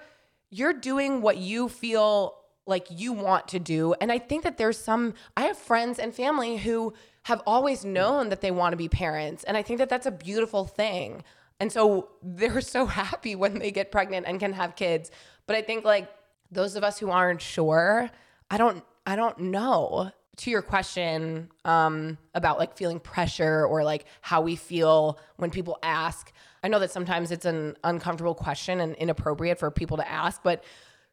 S1: you're doing what you feel like you want to do, and I think that there's some. I have friends and family who have always known that they want to be parents, and I think that that's a beautiful thing. And so they're so happy when they get pregnant and can have kids. But I think like those of us who aren't sure, I don't I don't know. To your question um, about like feeling pressure or like how we feel when people ask, I know that sometimes it's an uncomfortable question and inappropriate for people to ask, but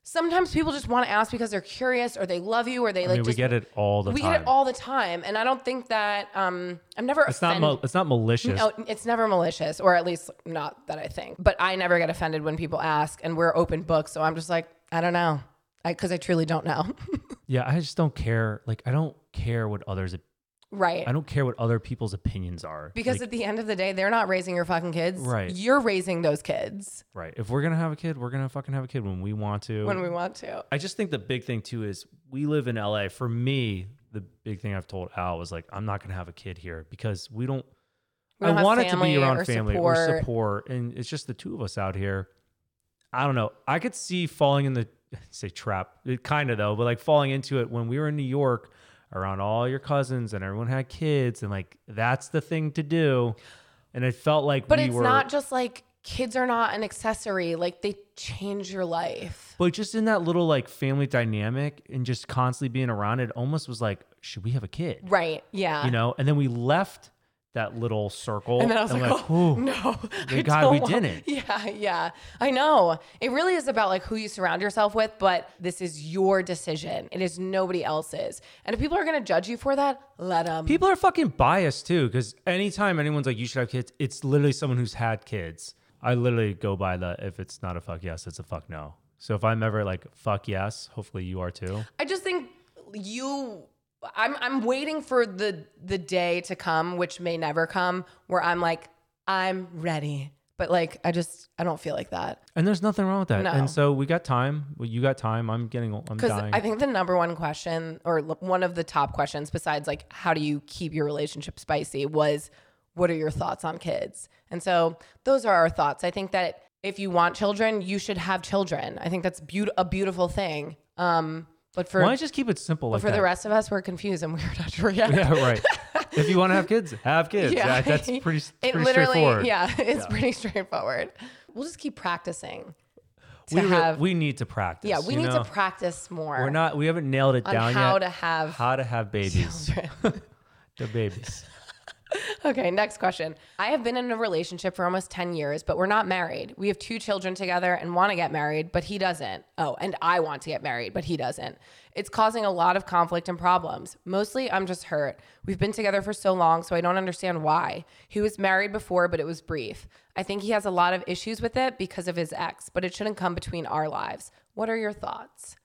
S1: sometimes people just want to ask because they're curious or they love you or they
S2: I
S1: like
S2: mean, we
S1: just
S2: get it all the
S1: we
S2: time.
S1: get it all the time, and I don't think that um, I'm never
S2: It's not. Mal- it's not malicious.
S1: no, it's never malicious, or at least not that I think. But I never get offended when people ask, and we're open books, so I'm just like, I don't know, because I, truly don't know.
S2: Yeah, I just don't care. Like, I don't care what others.
S1: right.
S2: I don't care what other people's opinions are.
S1: because
S2: Like,
S1: at the end of the day, they're not raising your fucking kids.
S2: Right.
S1: You're raising those kids
S2: right, if we're gonna have a kid, we're gonna fucking have a kid when we want to.
S1: when we want to.
S2: I just think the big thing too is we live in LA. For me, the big thing I've told Al was like, I'm not gonna have a kid here because we don't.
S1: We don't
S2: I
S1: have
S2: want it to
S1: family
S2: be around
S1: or
S2: family or
S1: support.
S2: support, and it's just the two of us out here. I don't know. I could see falling in the say trap, kind of though, but like falling into it when we were in New York around all your cousins and everyone had kids, and like that's the thing to do. And it felt like
S1: But
S2: we
S1: it's
S2: were,
S1: not just like kids are not an accessory. Like they change your life.
S2: but just in that little like family dynamic and just constantly being around it, almost was like, should we have a kid?
S1: Right. Yeah.
S2: you know and then we left that little circle
S1: And then I was like, oh,
S2: "Ooh."
S1: no.
S2: thank
S1: I
S2: God
S1: don't
S2: we
S1: want-"
S2: didn't.
S1: Yeah, yeah. I know. It really is about like who you surround yourself with, but this is your decision. It is nobody else's. And if people are going to judge you for that, let them.
S2: people are fucking biased too because anytime anyone's like you should have kids it's literally someone who's had kids i literally go by the if it's not a fuck yes it's a fuck no so if i'm ever like fuck yes hopefully you are too
S1: I just think you I'm I'm waiting for the the day to come, which may never come, where I'm like I'm ready. But like I just I don't feel like that.
S2: and there's nothing wrong with that
S1: No.
S2: and so we got time well, you got time i'm getting i'm
S1: Because
S2: dying
S1: I think the number one question, or l- one of the top questions, besides like how do you keep your relationship spicy, was what are your thoughts on kids? And so those are our thoughts. I think that if you want children, you should have children. I think that's beaut- a beautiful thing. Um, but for
S2: why don't you just keep it simple like
S1: for the
S2: that?
S1: rest of us, we're confused and we're not sure yet.
S2: yeah right if you want to have kids have kids yeah. that's pretty, pretty
S1: it
S2: straightforward
S1: literally, yeah, it's pretty straightforward. We'll just keep practicing to
S2: we, re-
S1: have.
S2: we need to practice
S1: yeah, we
S2: you
S1: need
S2: know?
S1: to practice more.
S2: We're not. We haven't nailed it
S1: on
S2: down
S1: how
S2: yet.
S1: to have
S2: how to have babies.
S1: children.
S2: the babies.
S1: Okay, next question. I have been in a relationship for almost 10 years, but we're not married. We have two children together and want to get married, but he doesn't. Oh, and I want to get married, but he doesn't. It's causing a lot of conflict and problems. Mostly, I'm just hurt. We've been together for so long, so I don't understand why. He was married before, but it was brief. I think he has a lot of issues with it because of his ex, but it shouldn't come between our lives. What are your thoughts?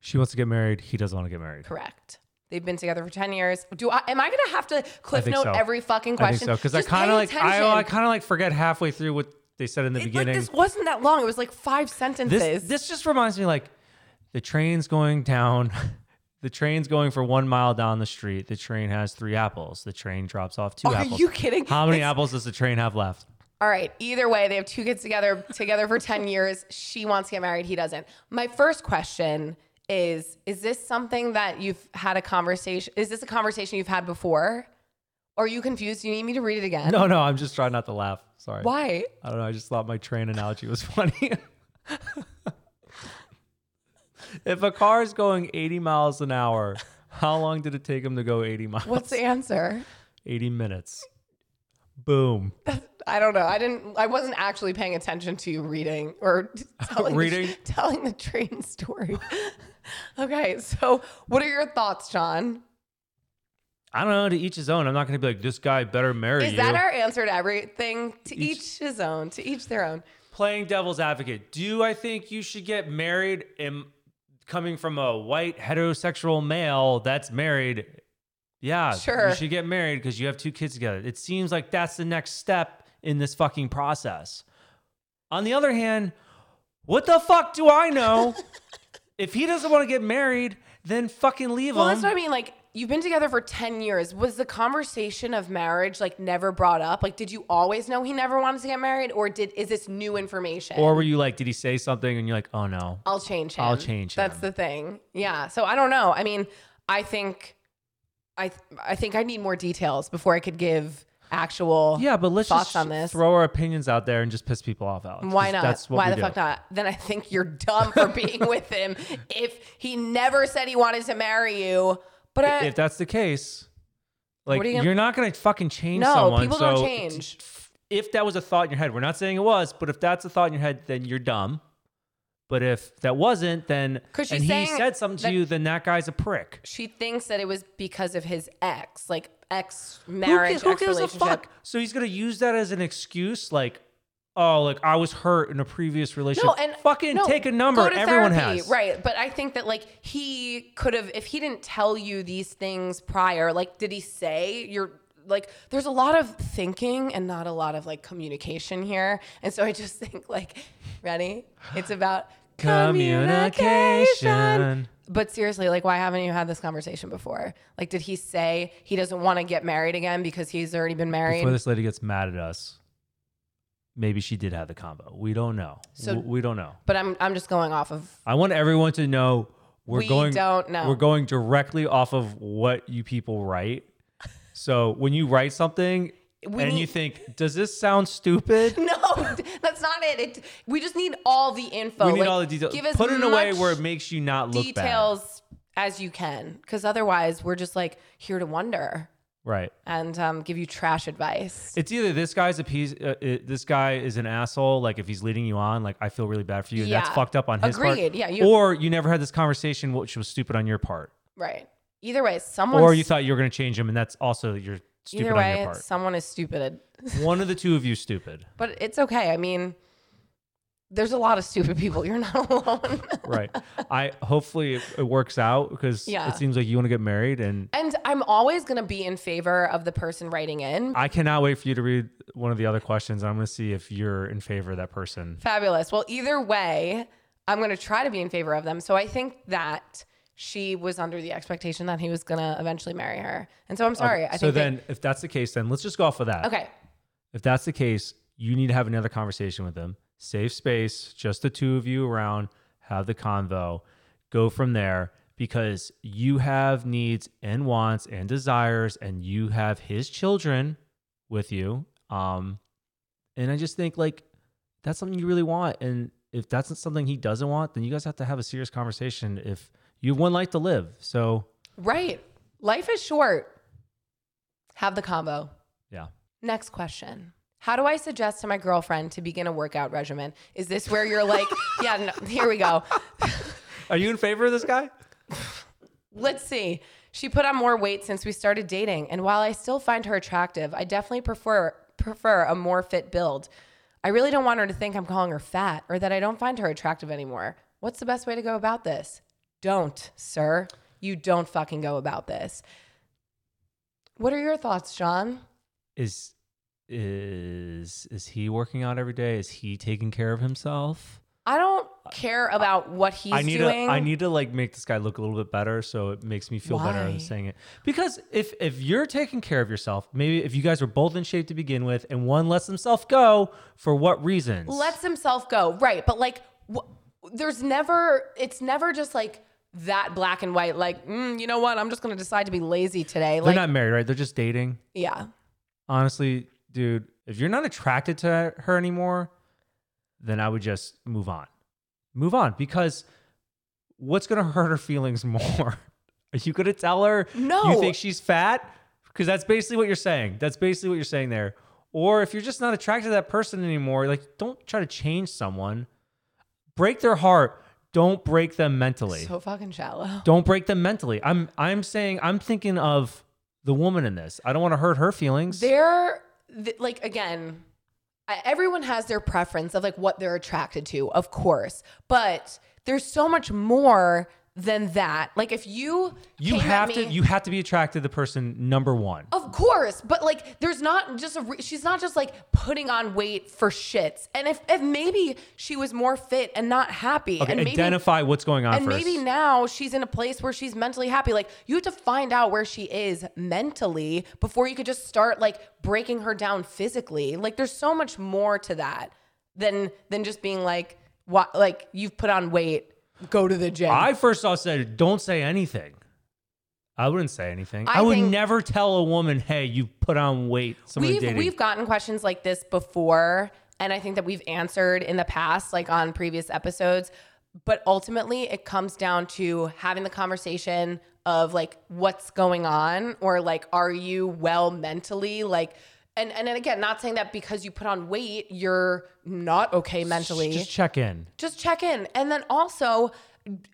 S2: She wants to get married. He doesn't want to get married.
S1: Correct. They've been together for 10 years. Do I am I going to have to cliff
S2: think
S1: note
S2: so.
S1: every fucking
S2: I think
S1: question?
S2: so because I
S1: Just pay
S2: kind of like I,
S1: attention.
S2: I kind of like forget halfway through what they said in the
S1: It's like
S2: beginning.
S1: this wasn't that long. It was like five sentences.
S2: this this just reminds me like the train's going down. The train's going for one mile down the street. The train has three apples. The train drops off two
S1: Are
S2: apples.
S1: you kidding?
S2: How many
S1: It's-
S2: apples does the train have left?
S1: All right. Either way, they have two kids together, together for 10 years. She wants to get married. He doesn't. My first question is Is this something that you've had a conversation? Is this a conversation you've had before? Are you confused? Do you need me to read it again?
S2: No, no. I'm just trying not to laugh. Sorry.
S1: Why?
S2: I don't know. I just thought my train analogy was funny. if a car is going 80 miles an hour, how long did it take him to go 80 miles?
S1: What's the answer?
S2: 80 minutes. Boom.
S1: I don't know. I didn't. I wasn't actually paying attention to you reading or telling
S2: Reading?
S1: the, telling the train story. okay, so what are your thoughts, John?
S2: I don't know. To each his own. I'm not going to be like, this guy better marry
S1: Is
S2: you.
S1: that our answer to everything? To each, his own. To each their own.
S2: Playing devil's advocate. Do I think you should get married? And coming from a white heterosexual male that's married, yeah,
S1: Sure.
S2: you should get married because you have two kids together. It seems like that's the next step in this fucking process. On the other hand, what the fuck do I know? if he doesn't want to get married, then fucking leave
S1: Well,
S2: him.
S1: that's what I mean. Like you've been together for ten years. Was the conversation of marriage like never brought up? Like, did you always know he never wanted to get married, or did is this new information?
S2: or were you like, did he say something and you're like, oh no?
S1: I'll change him.
S2: I'll change
S1: That's
S2: him.
S1: the thing. Yeah. So I don't know. I mean, I think I I think I need more details before I could give actual
S2: Yeah, but let's
S1: thoughts
S2: just
S1: on this.
S2: throw our opinions out there and just piss people off, Alex.
S1: Why
S2: 'cause
S1: not?
S2: That's what
S1: Why
S2: we
S1: the
S2: do.
S1: fuck not? Then I think you're dumb for being with him if he never said he wanted to marry you. But uh, I,
S2: If that's the case, like
S1: are
S2: you
S1: you gonna-
S2: are not going to fucking change
S1: No,
S2: someone.
S1: people don't
S2: so
S1: change.
S2: f- If that was a thought in your head, we're not saying it was, but if that's a thought in your head, then you're dumb. But if that wasn't, then
S1: 'Cause
S2: and
S1: she's
S2: he
S1: saying
S2: said something to
S1: that-
S2: you, then that guy's a prick.
S1: she thinks that it was because of his ex, like ex
S2: Who gi-
S1: marriage,
S2: who
S1: ex
S2: gives a
S1: relationship.
S2: fuck? So he's gonna use that as an excuse, like, oh, like I was hurt in a previous relationship.
S1: No, and
S2: fucking
S1: no,
S2: take a number.
S1: go to
S2: Everyone
S1: therapy,
S2: has.
S1: right. But I think that like he could have, if he didn't tell you these things prior, like did he say you're like? There's a lot of thinking and not a lot of like communication here, and so I just think like, ready? It's about communication.
S2: Communication.
S1: But seriously, like, why haven't you had this conversation before? Like, did he say he doesn't want to get married again because he's already been married?
S2: Before this lady gets mad at us, maybe she did have the combo. We don't know.
S1: So-
S2: W- we don't know.
S1: but I'm I'm just going off of
S2: I want everyone to know we're
S1: We
S2: going.
S1: don't know.
S2: We're going directly off of what you people write. So when you write something
S1: We
S2: and
S1: need-
S2: you think, does this sound stupid?
S1: No, that's not it. it. We just need all the info.
S2: we need
S1: Like,
S2: all the details.
S1: Give us
S2: Put it in a way
S1: much
S2: where it makes you not look
S1: details as you can, because otherwise we're just like here to wonder
S2: bad. Right.
S1: and um, give you trash advice.
S2: It's either this guy's a piece. Uh, uh, this guy is an asshole. Like if he's leading you on, like I feel really bad for you, and that's
S1: Yeah.
S2: fucked up on his part.
S1: Agreed. Yeah, you-
S2: or you never had this conversation, which was stupid on your part.
S1: right. Either way, someone.
S2: Or you thought you were going to change him, and that's also you're stupid
S1: Either
S2: on
S1: way,
S2: your part.
S1: someone is stupid.
S2: One of the two of you stupid.
S1: But it's okay. I mean, there's a lot of stupid people. You're not alone.
S2: Right. I hopefully it, it works out because
S1: Yeah.
S2: it seems like you want to get married, and
S1: and I'm always gonna be in favor of the person writing in.
S2: I cannot wait for you to read one of the other questions. I'm going to see if you're in favor of that person.
S1: Fabulous. Well, either way, I'm going to try to be in favor of them. So I think that she was under the expectation that he was going to eventually marry her. And so I'm sorry. I
S2: so
S1: think that-
S2: then, if that's the case, then let's just go off of that.
S1: okay.
S2: If that's the case, you need to have another conversation with them. Safe space, just the two of you around, have the convo, go from there because you have needs and wants and desires, and you have his children with you. Um, and I just think like that's something you really want. And if that's not something he doesn't want, then you guys have to have a serious conversation if you have one life to live. So,
S1: Right. Life is short. Have the combo.
S2: yeah.
S1: Next question. How do I suggest to my girlfriend to begin a workout regimen? Is this where you're like, yeah, no, here we go.
S2: Are you in favor of this guy?
S1: Let's see. She put on more weight since we started dating, and while I still find her attractive, I definitely prefer prefer a more fit build. I really don't want her to think I'm calling her fat or that I don't find her attractive anymore. What's the best way to go about this? Don't, sir. You don't fucking go about this. What are your thoughts, Sean?
S2: is is is he working out every day? Is he taking care of himself?
S1: I don't care about what he's
S2: I need
S1: doing.
S2: to I need to like make this guy look a little bit better, so it makes me feel better
S1: Why?
S2: I'm saying it. Because if if you're taking care of yourself, maybe if you guys were both in shape to begin with, and one lets himself go for what reasons?
S1: lets himself go right but like wh- there's never it's never just like that black and white like mm, you know what i'm just gonna decide to be lazy today
S2: They're
S1: like
S2: not married, right? They're just dating.
S1: yeah
S2: Honestly, dude, if you're not attracted to her anymore, then I would just move on. Move on because what's going to hurt her feelings more? Are you going to tell her you
S1: No.
S2: think she's fat? Because that's basically what you're saying. That's basically what you're saying there. Or if you're just not attracted to that person anymore, like don't try to change someone. Break their heart. Don't break them mentally
S1: so fucking shallow
S2: don't break them mentally. I'm I'm saying I'm thinking of the woman in this. I don't want to hurt her feelings.
S1: they're th- like again I- everyone has their preference of like what they're attracted to of course but there's so much more than that like if you
S2: you
S1: came at
S2: have to
S1: me- Oh,
S2: you have to be attracted to the person number one.
S1: Of course, but like, there's not just a. Re- she's not just like putting on weight for shits. And if, if maybe she was more fit and not happy,
S2: Okay,
S1: and maybe
S2: identify what's going on
S1: and
S2: first.
S1: maybe now she's in a place where she's mentally happy. Like you have to find out where she is mentally before you could just start like breaking her down physically. Like there's so much more to that than than just being like what like you've put on weight, go to the gym.
S2: I first off said don't say anything. I wouldn't say anything. I,
S1: I
S2: would
S1: think-
S2: never tell a woman, "Hey, you put on weight." Someone
S1: We've
S2: dating.
S1: we've gotten questions like this before, and I think that we've answered in the past, like on previous episodes. But ultimately, it comes down to having the conversation of like what's going on, or like are you well mentally, like. And, and then again, not saying that because you put on weight, you're not okay mentally
S2: just check in.
S1: just check in and then also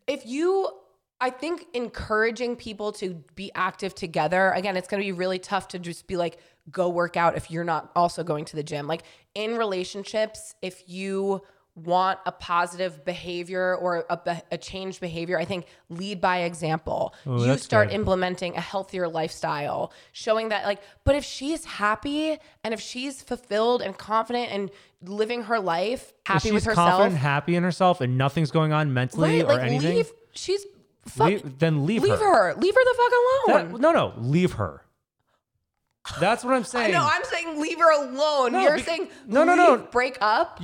S1: if you i think encouraging people to be active together again it's going to be really tough to just be like go work out if you're not also going to the gym like in relationships if you want a positive behavior or a, be- a changed behavior i think lead by example you
S2: that's
S1: start
S2: good.
S1: implementing a healthier lifestyle showing that like but if she's happy and if she's fulfilled and confident and living her life
S2: If
S1: happy
S2: she's
S1: with herself
S2: confident, happy in herself, and nothing's going on mentally
S1: Right,
S2: or
S1: like
S2: anything.
S1: leave. She's fuck.
S2: leave- then leave,
S1: leave her. Leave her the fuck
S2: That-
S1: alone.
S2: no, no, leave her. That's what I'm saying.
S1: no, I'm saying leave her alone.
S2: No,
S1: You're
S2: bec-
S1: saying
S2: no, no, no.
S1: leave, Break up.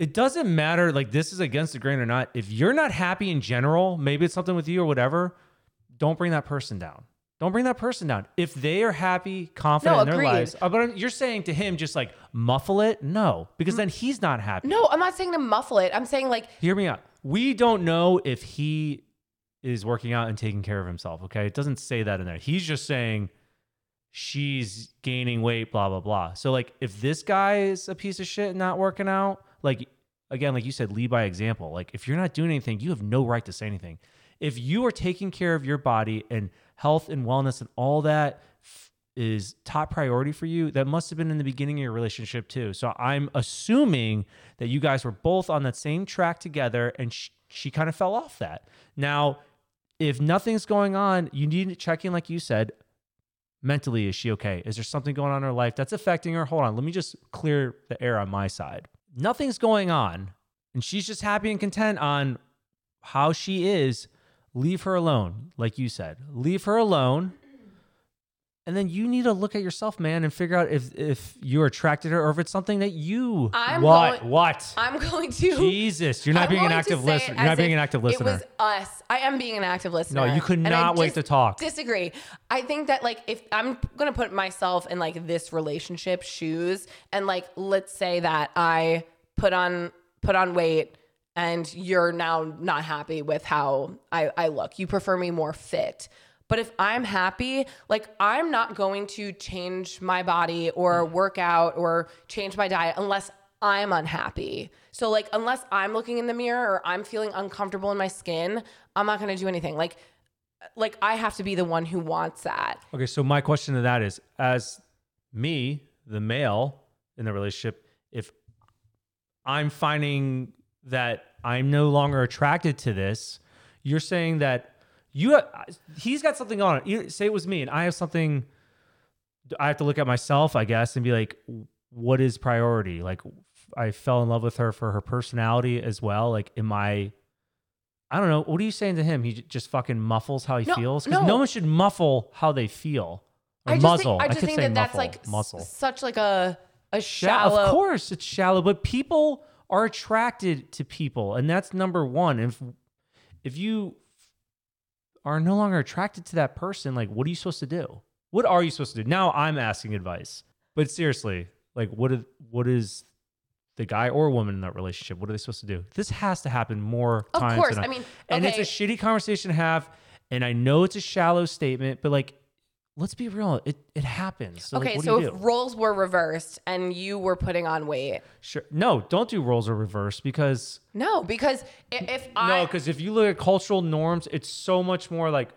S2: it doesn't matter. Like this is against the grain or not. If you're not happy in general, maybe it's something with you or whatever. Don't bring that person down. Don't bring that person down. If they are happy, confident
S1: No,
S2: in their
S1: agreed.
S2: lives, uh, but I'm- you're saying to him just like muffle it. No,
S1: Mm.
S2: because then he's not happy.
S1: No, I'm not saying to muffle it. I'm saying like
S2: Hear me out. We don't know if he is working out and taking care of himself. Okay. It doesn't say that in there. He's just saying she's gaining weight, blah, blah, blah. So, like, if this guy is a piece of shit and not working out, like, again, like you said, lead by example. Like, if you're not doing anything, you have no right to say anything. If you are taking care of your body and health and wellness and all that f- is top priority for you, that must have been in the beginning of your relationship too. So I'm assuming that you guys were both on that same track together and sh- she kind of fell off that. Now, if nothing's going on, you need to check in, like you said. Mentally, is she okay? Is there something going on in her life that's affecting her? Hold on, let me just clear the air on my side. Nothing's going on, and she's just happy and content on how she is. Leave her alone, like you said. Leave her alone. And then you need to look at yourself, man, and figure out if if you're attracted to her or if it's something that you
S1: I'm
S2: what
S1: going-
S2: what.
S1: I'm going to.
S2: Jesus, you're not
S1: I'm
S2: being
S1: going
S2: an
S1: to
S2: active
S1: say it
S2: listener. You're not
S1: as
S2: being
S1: if
S2: an active listener.
S1: It was us. I am being an active listener.
S2: No, you could
S1: And I
S2: not wait
S1: dis-
S2: to talk.
S1: Disagree. I think that like if I'm gonna put myself in like this relationship shoes, and like let's say that I put on put on weight, and you're now not happy with how I, I look. You prefer me more fit. But if I'm happy, like I'm not going to change my body or work out or change my diet unless I'm unhappy. So like unless I'm looking in the mirror or I'm feeling uncomfortable in my skin, I'm not going to do anything. Like like I have to be the one who wants that.
S2: Okay, so my question to that is as me, the male in the relationship, if I'm finding that I'm no longer attracted to this, you're saying that you have, he's got something on it. You- Say it was me and I have something I have to look at myself, I guess, and be like what is priority? Like I fell in love with her for her personality as well. Like am I I don't know. What are you saying to him? He j- just fucking muffles how he
S1: No,
S2: feels because
S1: no.
S2: no one should muffle how they feel. Or
S1: I just
S2: muzzle.
S1: think I
S2: I
S1: just
S2: kept
S1: think that
S2: saying
S1: that's
S2: muffle,
S1: like s-
S2: muzzle.
S1: such like a a
S2: Yeah,
S1: shallow
S2: of course it's shallow, but people are attracted to people, and that's number one. If if you are no longer attracted to that person, like what are you supposed to do? What are you supposed to do? Now I'm asking advice, but seriously, like what is what is the guy or woman in that relationship? What are they supposed to do? This has to happen more
S1: Of
S2: times. than
S1: course.
S2: not.
S1: I mean,
S2: and it's a
S1: okay.
S2: shitty conversation to have, and I know it's a shallow statement, but like. Let's be real. It it happens. So like,
S1: Okay,
S2: what do
S1: so
S2: you
S1: if
S2: do?
S1: roles were reversed and you were putting on weight.
S2: Sure. No, don't do roles or reverse because
S1: No, because i- if I
S2: no, because if you look at cultural norms, it's so much more like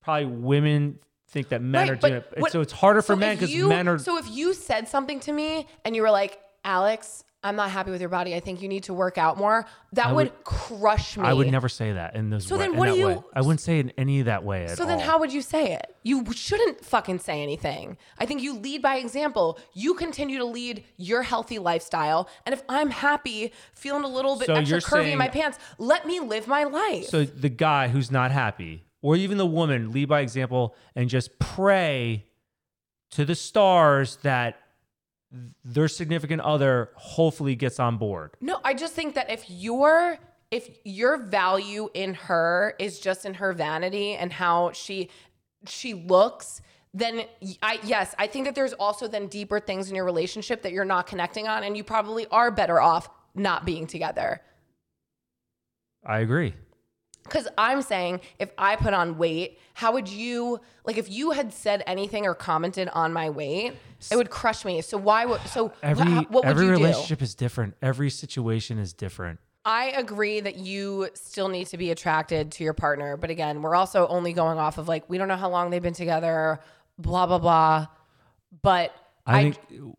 S2: probably women think that men
S1: Right,
S2: are
S1: but
S2: doing it. And
S1: what-
S2: so it's harder for
S1: so
S2: men
S1: if
S2: because
S1: you-
S2: men are.
S1: So if you said something to me and you were like, "Alex, I'm not happy with your body. I think you need to work out more." That would, crush me.
S2: I would never say that in those.
S1: So
S2: wa-
S1: then
S2: in
S1: what
S2: that
S1: do you-
S2: way. I wouldn't say it in any of that way at
S1: So then,
S2: all.
S1: how would you say it? You shouldn't fucking say anything. I think you lead by example. You continue to lead your healthy lifestyle. And if I'm happy, feeling a little bit
S2: So
S1: extra
S2: you're
S1: curvy in my
S2: saying-
S1: pants, let me live my life.
S2: So the guy who's not happy, or even the woman, lead by example and just pray to the stars that their significant other hopefully gets on board.
S1: no, I just think that if your if your value in her is just in her vanity and how she she looks, then I yes, I think that there's also then deeper things in your relationship that you're not connecting on, and you probably are better off not being together.
S2: I agree.
S1: Because I'm saying, if I put on weight, how would you like if you had said anything or commented on my weight? It would crush me. So why would so wh-
S2: Every
S1: how- what would
S2: every
S1: you do?
S2: relationship is different. Every situation is different.
S1: I agree that you still need to be attracted to your partner, but again, we're also only going off of like we don't know how long they've been together, blah blah blah. But
S2: I,
S1: I,
S2: think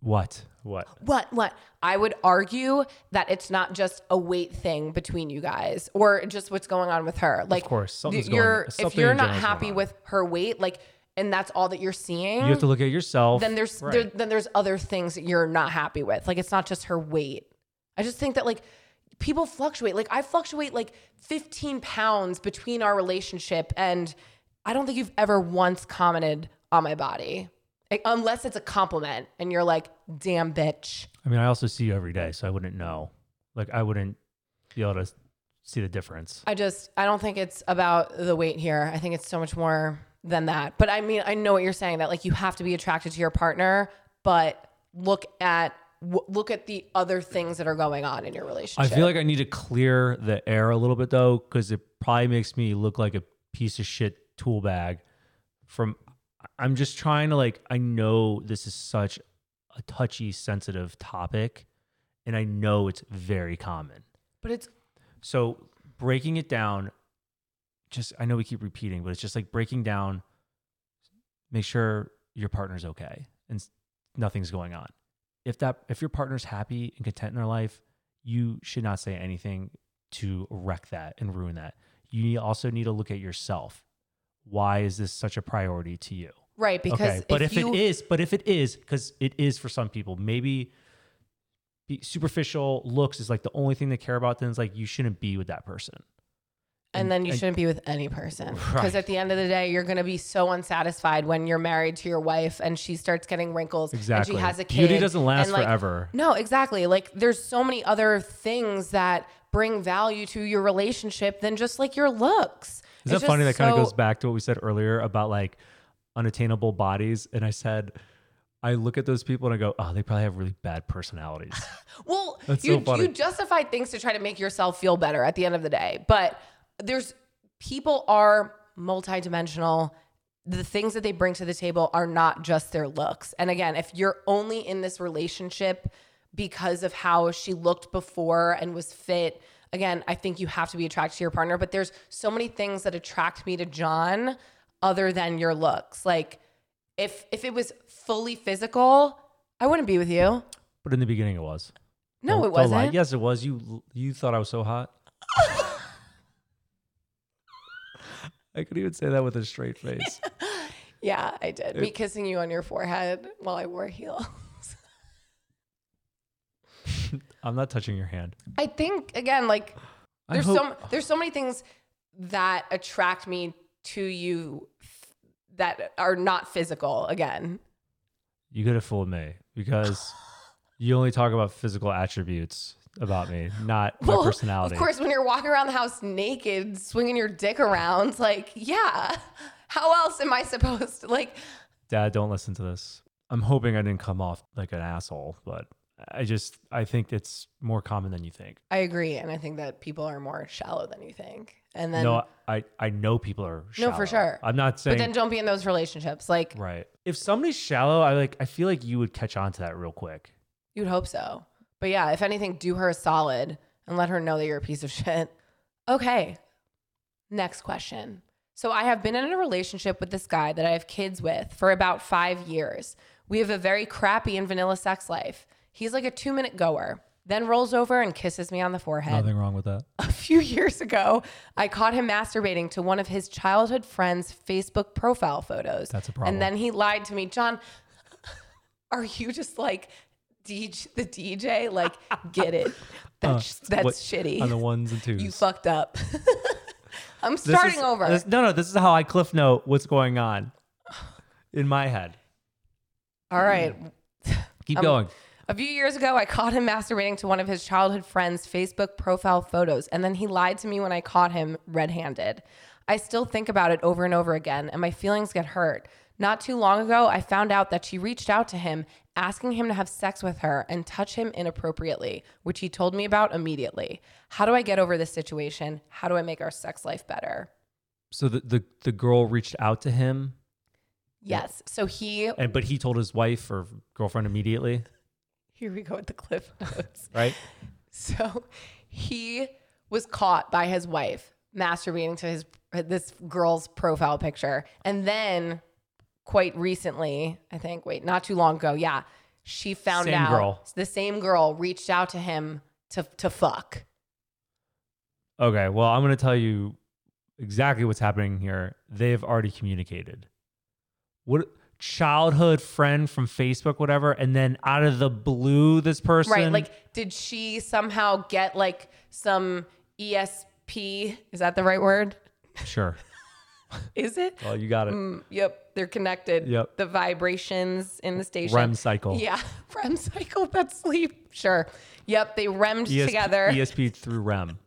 S2: what? What?
S1: what what I would argue that it's not just a weight thing between you guys or just what's going on with her. Like
S2: course, something's
S1: you're
S2: going-
S1: if
S2: something
S1: you're
S2: in
S1: not
S2: general's going
S1: happy
S2: on.
S1: with her weight, like and that's all that you're seeing.
S2: You have to look at yourself.
S1: Mm. then there's
S2: Right.
S1: there, then there's other things that you're not happy with. Like it's not just her weight. I just think that like people fluctuate. Like I fluctuate like 15 pounds between our relationship, and I don't think you've ever once commented on my body, Like, unless it's a compliment, and you're like, "Damn, bitch."
S2: I mean, I also see you every day, so I wouldn't know. Like, I wouldn't be able to see the difference.
S1: I just I don't think it's about the weight here. I think it's so much more than that. But I mean, I know what you're saying that like you have to be attracted to your partner, but look at w- look at the other things that are going on in your
S2: I
S1: relationship.
S2: feel like I need to clear the air a little bit though, because it probably makes me look like a piece of shit tool bag. From, I'm just trying to like, I know this is such a touchy, sensitive topic, and I know it's very common.
S1: but it's
S2: So breaking it down, just I know we keep repeating, but it's just like breaking down. Make sure your partner's okay and s- nothing's going on. If that if your partner's happy and content in their life, you should not say anything to wreck that and ruin that. You need- also need to look at yourself. Why is this such a priority to you?
S1: right because
S2: okay, but if,
S1: if, you
S2: it is, but if it is, because it is for some people, maybe be superficial looks is like the only thing they care about. Then it's like you shouldn't be with that person.
S1: and then you
S2: and-
S1: shouldn't be with any person because
S2: Right.
S1: at the end of the day you're going to be so unsatisfied when you're married to your wife and she starts getting wrinkles
S2: Exactly.
S1: and she has a kid
S2: Beauty doesn't last
S1: and, like,
S2: forever.
S1: No, exactly. Like there's so many other things that bring value to your relationship than just like your looks.
S2: Is
S1: It's
S2: that funny? That
S1: just
S2: kind of
S1: so-
S2: goes back to what we said earlier about like unattainable bodies. And I said, I look at those people and I go, oh, they probably have really bad personalities.
S1: Well,
S2: That's so
S1: you
S2: funny.
S1: you justify things to try to make yourself feel better at the end of the day. But there's people are multidimensional. The things that they bring to the table are not just their looks. And again, if you're only in this relationship because of how she looked before and was fit, again, I think you have to be attracted to your partner, but there's so many things that attract me to John other than your looks. Like if if it was fully physical, I wouldn't be with you.
S2: but in the beginning, it was.
S1: No,
S2: Don't-
S1: it
S2: don't lie.
S1: wasn't.
S2: Yes, it was. You you thought I was so hot. I could even say that with a straight face.
S1: Yeah, I did. Me kissing you on your forehead while I wore heels.
S2: I'm not touching your hand.
S1: I think again, like
S2: I
S1: there's
S2: hope-
S1: so there's so many things that attract me to you that are not physical. Again,
S2: you could have fooled me because you only talk about physical attributes about me, not my personality.
S1: Of course, when you're walking around the house naked, swinging your dick around, like yeah, how else am I supposed to like?
S2: Dad, don't listen to this. I'm hoping I didn't come off like an asshole, but I just I think it's more common than you think.
S1: I agree, and I think that people are more shallow than you think. And then,
S2: no, I I know people are shallow.
S1: No, for sure.
S2: I'm not saying
S1: but then don't be in those relationships. Like
S2: right. If somebody's shallow, I like I feel like you would catch on to that real quick.
S1: You'd hope so. But yeah, if anything, do her a solid and let her know that you're a piece of shit. Okay. Next question. So I have been in a relationship with this guy that I have kids with for about five years. We have a very crappy and vanilla sex life. He's like a two minute goer, then rolls over and kisses me on the forehead
S2: Nothing wrong with that.
S1: a few years ago, I caught him masturbating to one of his childhood friend's Facebook profile photos.
S2: That's a problem.
S1: And then he lied to me, John. Are you just like DJ, the DJ? Like, get it? That's that's
S2: Uh, What-
S1: shitty.
S2: On the ones and twos.
S1: you fucked up. I'm
S2: This
S1: starting
S2: is-
S1: over.
S2: this- no, no, this is how I cliff note what's going on in my head.
S1: All right.
S2: Keep
S1: Um,
S2: going.
S1: A few years ago, I caught him masturbating to one of his childhood friend's Facebook profile photos, and then he lied to me when I caught him red handed. I still think about it over and over again, and my feelings get hurt. Not too long ago, I found out that she reached out to him, asking him to have sex with her and touch him inappropriately, which he told me about immediately. How do I get over this situation? How do I make our sex life better?
S2: So the, the the girl reached out to him,
S1: Yes. So he,
S2: and but he told his wife or girlfriend immediately,
S1: here we go with the cliff notes.
S2: right?
S1: So he was caught by his wife masturbating to his this girl's profile picture. And then quite recently, I think, wait, not too long ago, yeah, she found
S2: Same
S1: out
S2: girl.
S1: the same girl reached out to him to to fuck.
S2: Okay, well, I'm going to tell you exactly what's happening here. They've already communicated. What childhood friend from Facebook, whatever, and then out of the blue, this person,
S1: Right. Like did she somehow get like some ESP? Is that the right word?
S2: sure.
S1: Is it?
S2: Well, you got it.
S1: Mm, yep, they're connected.
S2: Oh. Yep.
S1: The vibrations in the station.
S2: REM cycle.
S1: Yeah, REM cycle, that's sleep. Sure. Yep, they REMmed
S2: ESP
S1: together.
S2: ESP E through REM.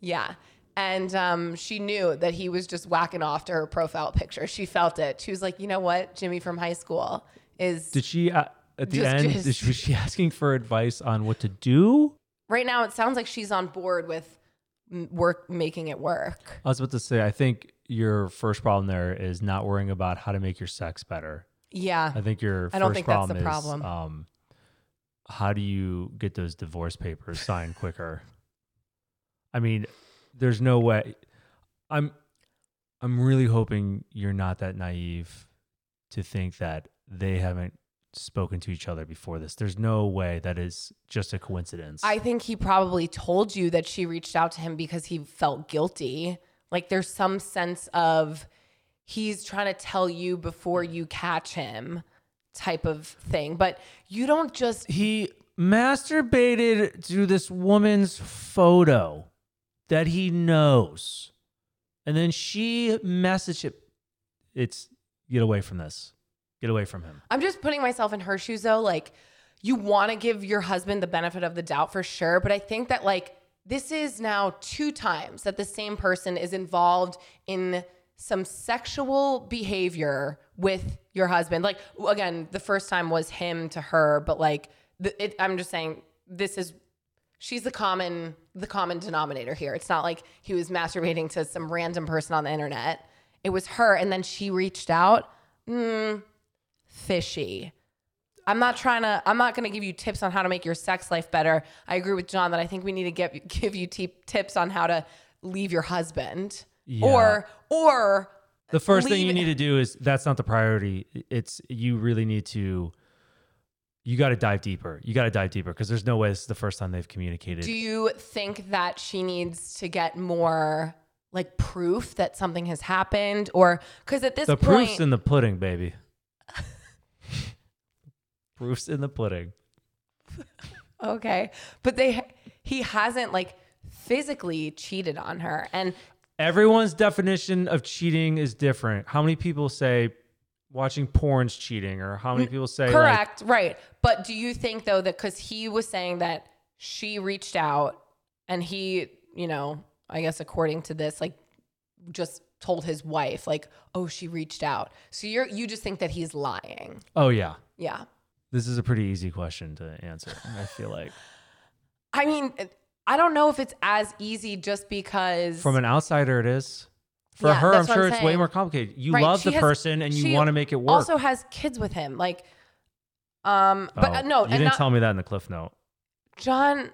S1: Yeah. And um, she knew that he was just whacking off to her profile picture. She felt it. She was like, you know what? Jimmy from high school is
S2: Did she uh, at the
S1: Just-
S2: end?
S1: just-
S2: Did she, was she asking for advice on what to do?
S1: right now, it sounds like she's on board with m- work, making it work.
S2: I was about to say, I think your first problem there is not worrying about how to make your sex better.
S1: Yeah.
S2: I think your
S1: I don't
S2: first
S1: think that's
S2: problem
S1: the
S2: is
S1: problem.
S2: Um, how do you get those divorce papers signed quicker? I mean, there's no way. I'm I'm really hoping you're not that naive to think that they haven't spoken to each other before this. There's no way that is just a coincidence.
S1: I think he probably told you that she reached out to him because he felt guilty. Like there's some sense of he's trying to tell you before you catch him type of thing. But you don't just
S2: he masturbated to this woman's photo that he knows and then she messaged it it's get away from this get away from him
S1: I'm just putting myself in her shoes though. Like, you want to give your husband the benefit of the doubt for sure. But I think that, like, this is now two times that the same person is involved in some sexual behavior with your husband. Like, again, the first time was him to her, but like, the, it, I'm just saying this is she's the common the common denominator here. It's not like he was masturbating to some random person on the internet. It was her, and then she reached out. Mm, fishy. I'm not trying to. I'm not going to give you tips on how to make your sex life better. I agree with John that I think we need to get give you t- tips on how to leave your husband
S2: Yeah.
S1: or or
S2: the first thing you
S1: Leave-
S2: need to do is that's not the priority it's you really need to you got to dive deeper you got to dive deeper because there's no way this is the first time they've communicated
S1: Do you think that she needs to get more like proof that something has happened, or because at this
S2: the
S1: point,
S2: proof's in the pudding baby proof's in the pudding
S1: okay, but they he hasn't like physically cheated on her, and
S2: Everyone's definition of cheating is different. How many people say watching porn's cheating, or how many people say like,
S1: Mm, Correct, right. But do you think though that because he was saying that she reached out and he, you know, I guess according to this, like just told his wife, like, oh, she reached out. So you're you just think that he's lying.
S2: oh yeah,
S1: Yeah.
S2: this is a pretty easy question to answer. I feel like
S1: I mean, I don't know if it's as easy just because
S2: from an outsider, it is. For
S1: Yeah,
S2: her, I'm
S1: that's what
S2: sure
S1: I'm
S2: it's way
S1: saying.
S2: more complicated. You
S1: Right,
S2: love
S1: she
S2: the
S1: has-
S2: person and
S1: she
S2: you want to make it work.
S1: also has kids with him. Like um but
S2: Oh,
S1: uh, no,
S2: you
S1: and
S2: didn't
S1: not,
S2: tell me that in the cliff note.
S1: John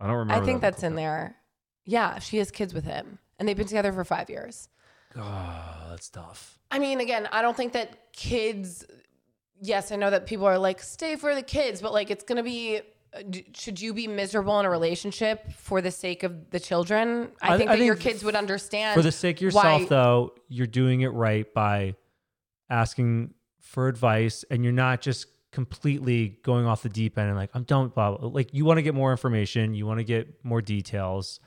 S2: I don't remember.
S1: I think
S2: that Mm.
S1: that's in there. Yeah, she has kids with him. And they've been together for five years.
S2: the cliff note. Oh, that's tough.
S1: I mean, again, I don't think that kids. Yes, I know that people are like, stay for the kids, but like, it's gonna be. uh, Should you be miserable in a relationship for the sake of the children? I,
S2: I-
S1: think
S2: I
S1: that your
S2: think
S1: kids would understand.
S2: For the sake of yourself,
S1: why-
S2: though, you're doing it right by asking for advice, and you're not just completely going off the deep end and like I'm done. Blah, blah. Like you want to get more information, you want to get more details,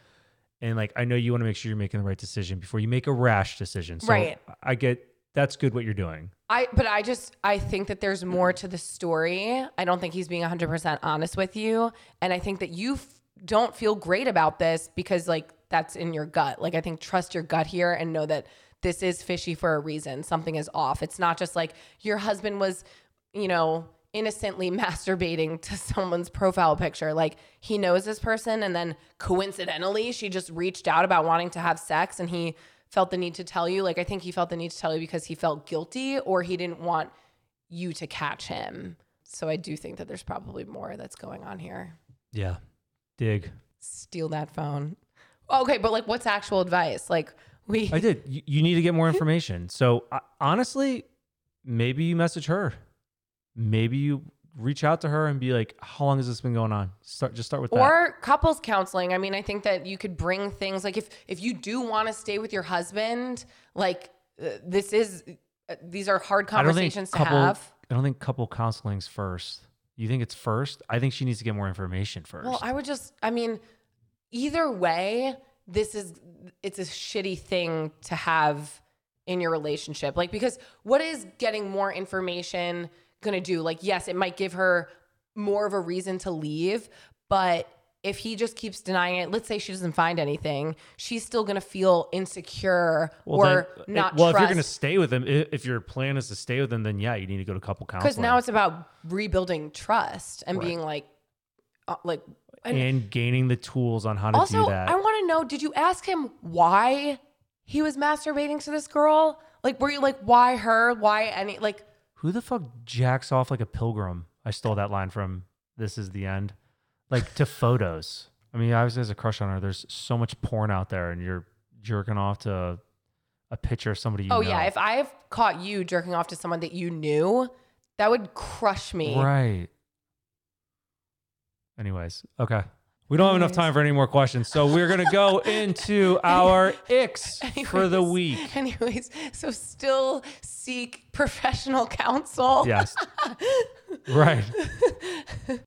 S2: and like I know you want to make sure you're making the right decision before you make a rash decision. So
S1: Right.
S2: I get that's good what you're doing.
S1: I, but I just, I think that there's more to the story. I don't think he's being 100% honest with you. And I think that you f- don't feel great about this because, like, that's in your gut. Like, I think trust your gut here and know that this is fishy for a reason. Something is off. It's not just like your husband was, you know, innocently masturbating to someone's profile picture. Like he knows this person and then coincidentally she just reached out about wanting to have sex and he felt the need to tell you. Like I think he felt the need to tell you because he felt guilty or he didn't want you to catch him. So I do think that there's probably more that's going on here.
S2: Yeah. Dig.
S1: Steal that phone. Okay, but like what's actual advice? Like we
S2: I did. You, you need to get more information. So I, honestly, maybe you message her. Maybe you reach out to her and be like, "How long has this been going on?" Start just start with that.
S1: or couples counseling. I mean, I think that you could bring things like if if you do want to stay with your husband, like uh, this is uh, these are hard
S2: I don't think
S1: conversations to
S2: couple.
S1: have.
S2: I don't think couple counseling's first. You think it's first? I think she needs to get more information first.
S1: Well, I would just I mean, either way, this is it's a shitty thing to have in your relationship. Like because what is getting more information going to do? Like yes, it might give her more of a reason to leave, but if he just keeps denying it, let's say she doesn't find anything, she's still going to feel insecure
S2: Well,
S1: or
S2: then- uh,
S1: not
S2: Well, if
S1: trust.
S2: you're gonna stay with them, i- if your plan is to stay with them, then yeah, you need to go to couple counseling.
S1: because now it's about rebuilding trust and being like uh, like and
S2: and gaining the tools on how to
S1: also,
S2: do that.
S1: I want to know did you ask him why he was masturbating to this girl? Like, were you like, why her? Why any? Like,
S2: Who the fuck jacks off like a pilgrim? I stole that line from This Is the End. Like to photos. I mean, obviously has a crush on her. There's so much porn out there, and you're jerking off to a picture of somebody you
S1: oh
S2: know.
S1: yeah, if I've caught you jerking off to someone that you knew, that would crush me.
S2: Right. Anyways, okay. We don't have enough
S1: Anyways.
S2: time for any more questions, so we're gonna go into our icks for the
S1: Anyways-
S2: week.
S1: Anyways, so still seek professional counsel.
S2: Yes. right.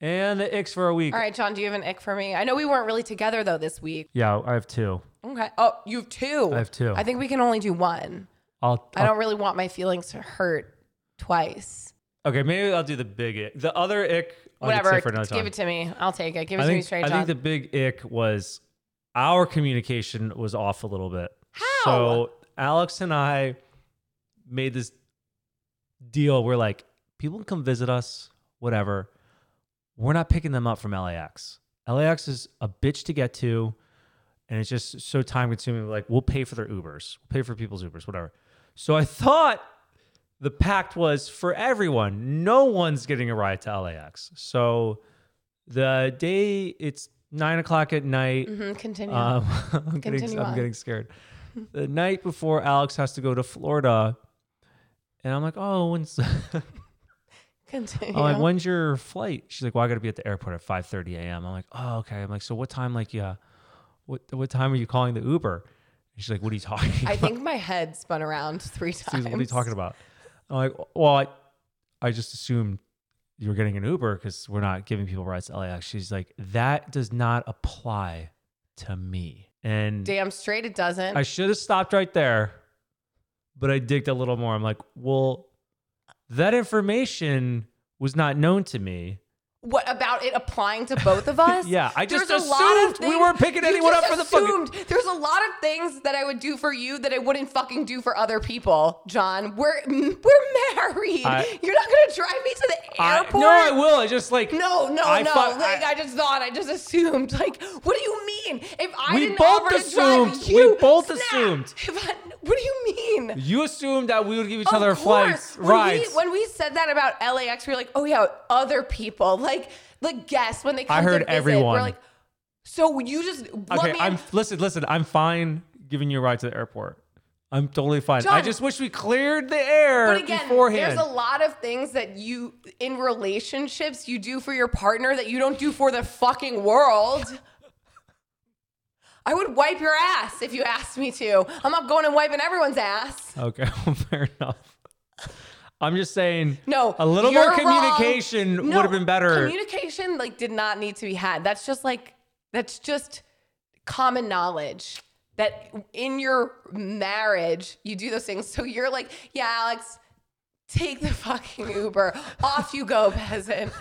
S2: And the icks for a week.
S1: All right, John, do you have an ick for me? I know we weren't really together though this week.
S2: Yeah, I have two.
S1: Okay. Oh, you have two.
S2: I have two. Oh.
S1: I think we can only do one.
S2: I'll,
S1: I don't really want my feelings to hurt twice.
S2: Okay, maybe I'll do the big ick. The other ick, I'll get
S1: Whatever.
S2: to for another
S1: Give
S2: time.
S1: it to me. I'll take it. Give it
S2: I
S1: to me
S2: think,
S1: straight,
S2: I
S1: John.
S2: think the big ick was our communication was off a little bit.
S1: How?
S2: So Alex and I made this deal. We're like, people can come visit us, whatever. We're not picking them up from LAX. LAX is a bitch to get to, and it's just so time consuming. Like, we'll pay for their Ubers, we'll pay for people's Ubers, whatever. So I thought the pact was for everyone. No one's getting a ride to LAX. So the day it's nine o'clock at night.
S1: Mhm, Continue.
S2: Um, I'm, getting,
S1: Continue
S2: I'm
S1: on.
S2: getting scared. The night before Alex has to go to Florida, and I'm like, oh, when's
S1: Continue.
S2: I'm like, when's your flight? She's like, well, I got to be at the airport at 5:30 a.m. I'm like, oh, okay. I'm like, so what time? Like, yeah, what what time are you calling the Uber? And she's like, what are you talking?
S1: I
S2: about?
S1: think my head spun around three
S2: She's
S1: times.
S2: like, what are you talking about? I'm like, well, I, I just assumed you were getting an Uber because we're not giving people rides to LAX. She's like, that does not apply to me. And
S1: Damn straight it doesn't.
S2: I should have stopped right there, but I digged a little more. I'm like, well, that information was not known to me.
S1: what about it applying to both of us?
S2: Yeah, I just
S1: There's a lot
S2: assumed
S1: of
S2: we
S1: things-
S2: weren't picking
S1: you
S2: anyone
S1: just
S2: up for the fucking-
S1: assumed. There's a lot of things that I would do for you that I wouldn't fucking do for other people, John. We're we're married.
S2: I-
S1: You're not gonna drive me to the
S2: I-
S1: airport.
S2: no, I will. I just like
S1: No, no,
S2: I
S1: no.
S2: thought-
S1: like
S2: I-
S1: I, just thought, I just assumed. Like, what do you mean? If I
S2: We
S1: didn't
S2: both
S1: offer to
S2: assumed.
S1: drive
S2: We
S1: you,
S2: both
S1: snap.
S2: assumed.
S1: If I, what do you mean?
S2: you assumed that we would give each
S1: Of
S2: other
S1: course.
S2: flights,
S1: When
S2: rides.
S1: We, when we said that about LAX, we were like, oh yeah, other people, like the guests when they come.
S2: I heard
S1: to visit,
S2: everyone.
S1: We're like, so you just let
S2: okay,
S1: me
S2: I'm listen, listen. I'm fine giving you a ride to the airport. I'm totally fine. I
S1: John.
S2: just wish we cleared the air
S1: But again,
S2: beforehand.
S1: there's a lot of things that you in relationships you do for your partner that you don't do for the fucking world. I would wipe your ass if you asked me to. I'm not going and wiping everyone's ass.
S2: okay, well, fair enough. I'm just saying.
S1: No,
S2: a little
S1: you're
S2: more
S1: wrong.
S2: communication
S1: No,
S2: would have been better.
S1: Communication like did not need to be had. That's just like that's just common knowledge that in your marriage you do those things. So you're like, yeah, Alex, take the fucking Uber. Off you go, peasant.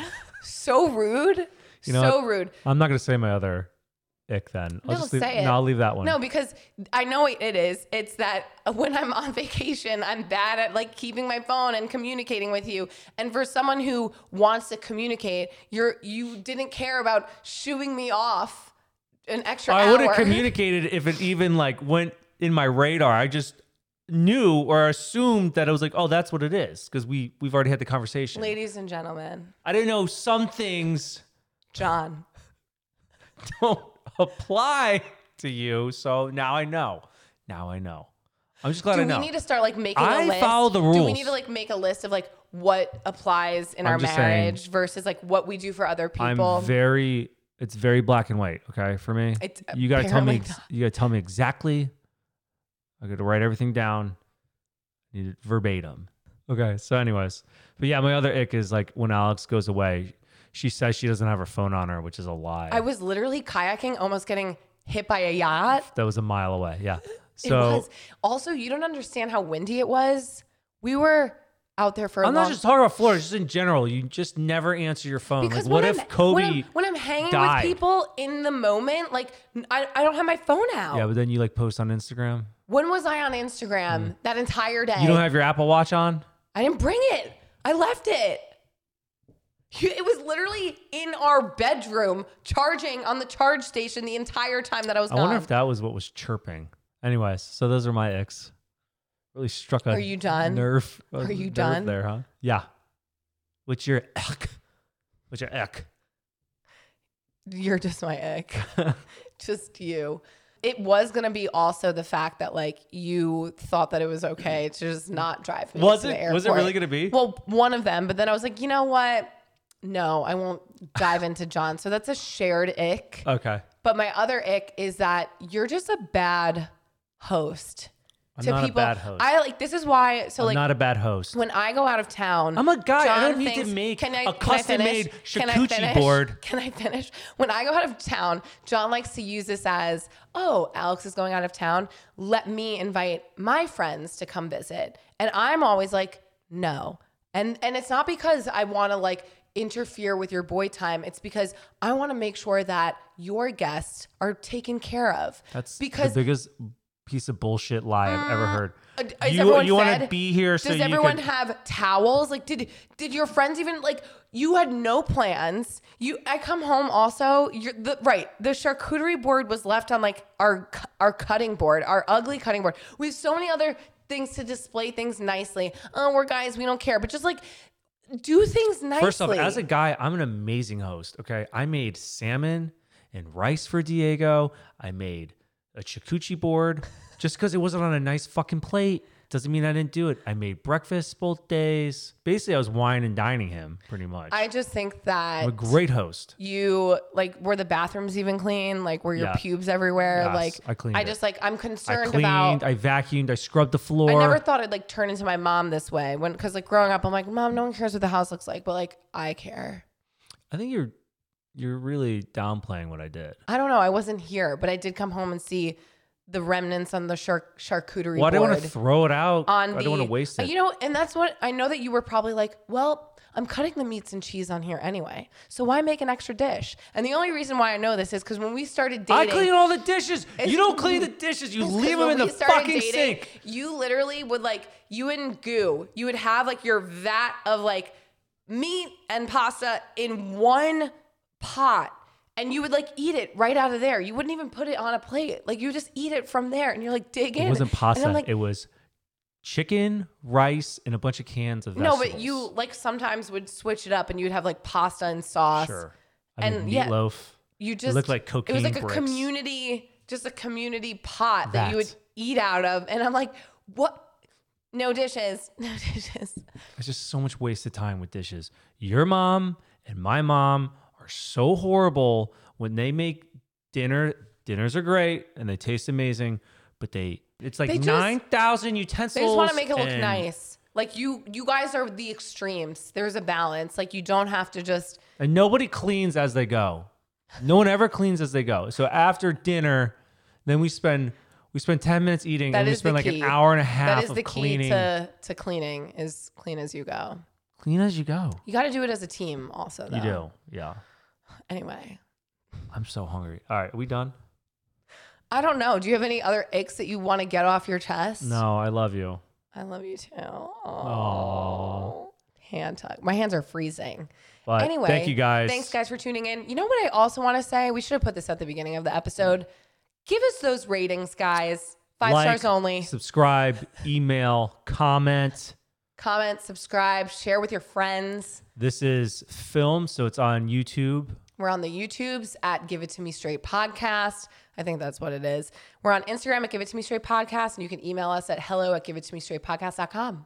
S1: So rude.
S2: You know
S1: so
S2: what?
S1: rude.
S2: I'm not gonna say my other
S3: ick then. I'll
S1: No,
S3: just leave,
S1: say it.
S3: No, I'll leave that one.
S1: No, because I know what it is. It's that when I'm on vacation, I'm bad at like keeping my phone and communicating with you. And for someone who wants to communicate, you're you didn't care about shooing me off an extra
S2: I
S1: hour.
S2: would have communicated if it even like went in my radar. I just knew or assumed that it was like, oh, that's what it is because we we've already had the conversation.
S1: Ladies and gentlemen,
S2: I didn't know some things
S1: John,
S2: don't apply to you, so now I know. Now I know. I'm just glad
S1: do
S2: I know.
S1: we need to start like making
S2: I
S1: a list?
S2: follow the
S1: Do we
S2: rules.
S1: need to like make a list of like what applies in
S3: I'm
S1: our
S3: just saying.
S1: marriage versus like what we do for other people?
S3: I'm very. It's very black and white. Okay, for me,
S1: It's uh,
S3: you gotta tell me.
S1: apparently
S3: ex-
S1: not.
S3: You gotta tell me exactly. I gotta write everything down. Need it verbatim. Okay. So, anyways, but yeah, my other ick is like when Alex goes away, she says she doesn't have her phone on her, which is a lie.
S1: I was literally kayaking, almost getting hit by a yacht.
S3: that was a mile away. Yeah.
S1: it
S3: So
S1: was. Also, you don't understand how windy it was. We were out there for a
S2: I'm
S1: long
S2: not just talking about Florida, just in general. You just never answer your phone.
S1: because
S2: like, what
S1: when
S2: if
S1: I'm,
S2: Kobe?
S1: when I'm, when I'm hanging
S2: died?
S1: with people in the moment, like n- I, I don't have my phone out.
S3: yeah, but then you like post on Instagram.
S1: when was I on Instagram that entire day?
S3: Mm. You don't have your Apple Watch on.
S1: I didn't bring it. I left it. You- It was literally in our bedroom, charging on the charge station the entire time that I was
S3: I
S1: gone.
S3: wonder if that was what was chirping. Anyways, so those are my icks. Really struck a
S1: Are you done?
S3: nerve. a
S1: Are you
S3: nerve
S1: done?
S3: there, huh? Yeah. What's your ick? What's your ick?
S1: You're just my ick. just you. It was gonna be also the fact that like you thought that it was okay to just not drive. Me
S2: Was
S1: to the
S2: it- was it really
S1: airport.
S2: gonna be?
S1: Well, one of them, but then I was like, you know what? No, I won't dive into John. So that's a shared ick.
S2: Uh.
S3: Okay.
S1: But my other ick is that you're just a bad host
S3: I'm
S1: to
S3: not a
S1: people.
S3: bad host.
S1: I like this is why. So
S3: I'm
S1: like
S3: not a bad host.
S1: when I go out of town,
S2: I'm a guy. I
S1: John
S2: don't need to
S1: thinks-
S2: make
S1: Can I-
S2: a
S1: can I
S2: custom-made
S1: finish? Can I
S2: charcuterie
S1: finish?
S2: board.
S1: Can I finish? When I go out of town, John likes to use this as, "Oh, Alex is going out of town. Let me invite my friends to come visit." And I'm always like, "No." And and it's not because I want to like interfere with your boy time. It's because I want to make sure that your guests are taken care of.
S3: That's
S1: because
S3: the biggest piece of bullshit lie I've ever heard.
S1: uh, d- is
S2: You-
S1: everyone
S2: you wanna
S1: fed?
S2: be here so
S1: Does
S2: you
S1: everyone
S2: could-
S1: have towels? Like, did did your friends even like? You had no plans. You, I come home also. You're the right. The charcuterie board was left on like our cu- our cutting board, our ugly cutting board. We have so many other things to display things nicely. Oh, we're guys. We don't care. But just like do things nicely.
S2: First off, as a guy, I'm an amazing host. Okay, I made salmon and rice for Diego. I made a chikuchi board just because it wasn't on a nice fucking plate doesn't mean I didn't do it. I made breakfast both days. Basically, I was wine and dining him pretty much.
S1: I just think that
S2: I'm a great host.
S1: you like were the bathrooms even clean? Like were your
S3: Yeah.
S1: pubes everywhere?
S3: Yes,
S1: like
S3: I cleaned
S1: I
S3: it.
S1: just like I'm
S2: I
S1: concerned
S2: cleaned,
S1: about
S2: I vacuumed, I scrubbed the floor.
S1: I never thought I'd like turn into my mom this way when because like growing up I'm like mom no one cares what the house looks like but like I care
S3: I think you're you're really downplaying what I did.
S1: I don't know I wasn't here but I did come home and see the remnants on the char- charcuterie
S2: well, I didn't
S1: board
S2: want to throw it out.
S1: on
S2: I
S1: the
S2: don't want to waste it.
S1: you know and that's what I know that you were probably like well I'm cutting the meats and cheese on here anyway so why make an extra dish and the only reason why I know this is because when we started
S2: I
S1: dating
S2: clean all the dishes.
S1: It's-
S2: You don't clean the dishes. You
S1: It's 'cause
S2: leave them
S1: when
S2: in the
S1: we started
S2: fucking
S1: dating,
S2: sink.
S1: You literally would like you and goo. You would have like your vat of like meat and pasta in one pot. And you would like eat it right out of there. You wouldn't even put it on a plate. Like you would just eat it from there, and you're like dig in.
S3: It wasn't
S1: And I'm
S3: pasta.
S1: like,
S3: it was chicken, rice, and a bunch of cans of
S1: no,
S3: vegetables.
S1: but you like sometimes would switch it up, and you'd have like pasta and sauce.
S3: sure. I mean,
S1: And, yeah,
S3: meatloaf.
S1: You just
S3: looked like
S1: It was
S3: cocaine
S1: like a
S3: bricks.
S1: community, just a community pot that you
S3: That.
S1: would eat out of, and I'm like, what? No dishes, no dishes.
S3: It's just so much wasted time with dishes. Your mom and my mom are so horrible when they make dinner. Dinners are great and they taste amazing, but they it's like
S1: They just-
S3: nine thousand utensils.
S1: They just want to make it look
S3: and-
S1: nice. Like you, you guys are the extremes. There's a balance. Like you don't have to just.
S3: And nobody cleans as they go. No one ever cleans as they go. So after dinner, then we spend we spend ten minutes eating,
S1: That
S3: and we
S1: is
S3: spend
S1: the
S3: like
S1: key.
S3: an hour and a half
S1: That is
S3: of
S1: the
S3: cleaning.
S1: key to to cleaning is clean as you go.
S3: Clean as you go.
S1: You got to do it as a team, also. Though.
S3: You do, yeah.
S1: Anyway,
S2: I'm so hungry. All right, are we done?
S1: I don't know. Do you have any other icks that you want to get off your chest?
S2: No, I love you.
S1: I love you too.
S2: Aw.
S1: Oh. Hand tug. My hands are freezing.
S2: But
S1: anyway,
S2: thank you guys.
S1: Thanks, guys, for tuning in. You know what I also want to say? We should have put this at the beginning of the episode. Give us those ratings, guys. Five
S2: Like,
S1: stars only.
S2: Subscribe, email, comment.
S1: Comment, subscribe, share with your friends.
S2: This is film, so it's on YouTube.
S1: We're on the YouTubes at Give It To Me Straight Podcast. I think that's what it is. We're on Instagram at Give It To Me Straight Podcast, and you can email us at hello at Give It To Me Straight Podcast.com.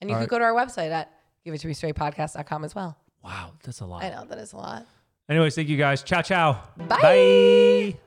S1: And you
S2: All
S1: can
S2: right.
S1: go to our website at Give It To Me Straight Podcast.com as well.
S2: Wow, that's a lot.
S1: I know that is a lot.
S2: Anyways, thank you guys. Ciao, ciao.
S1: Bye.
S2: Bye.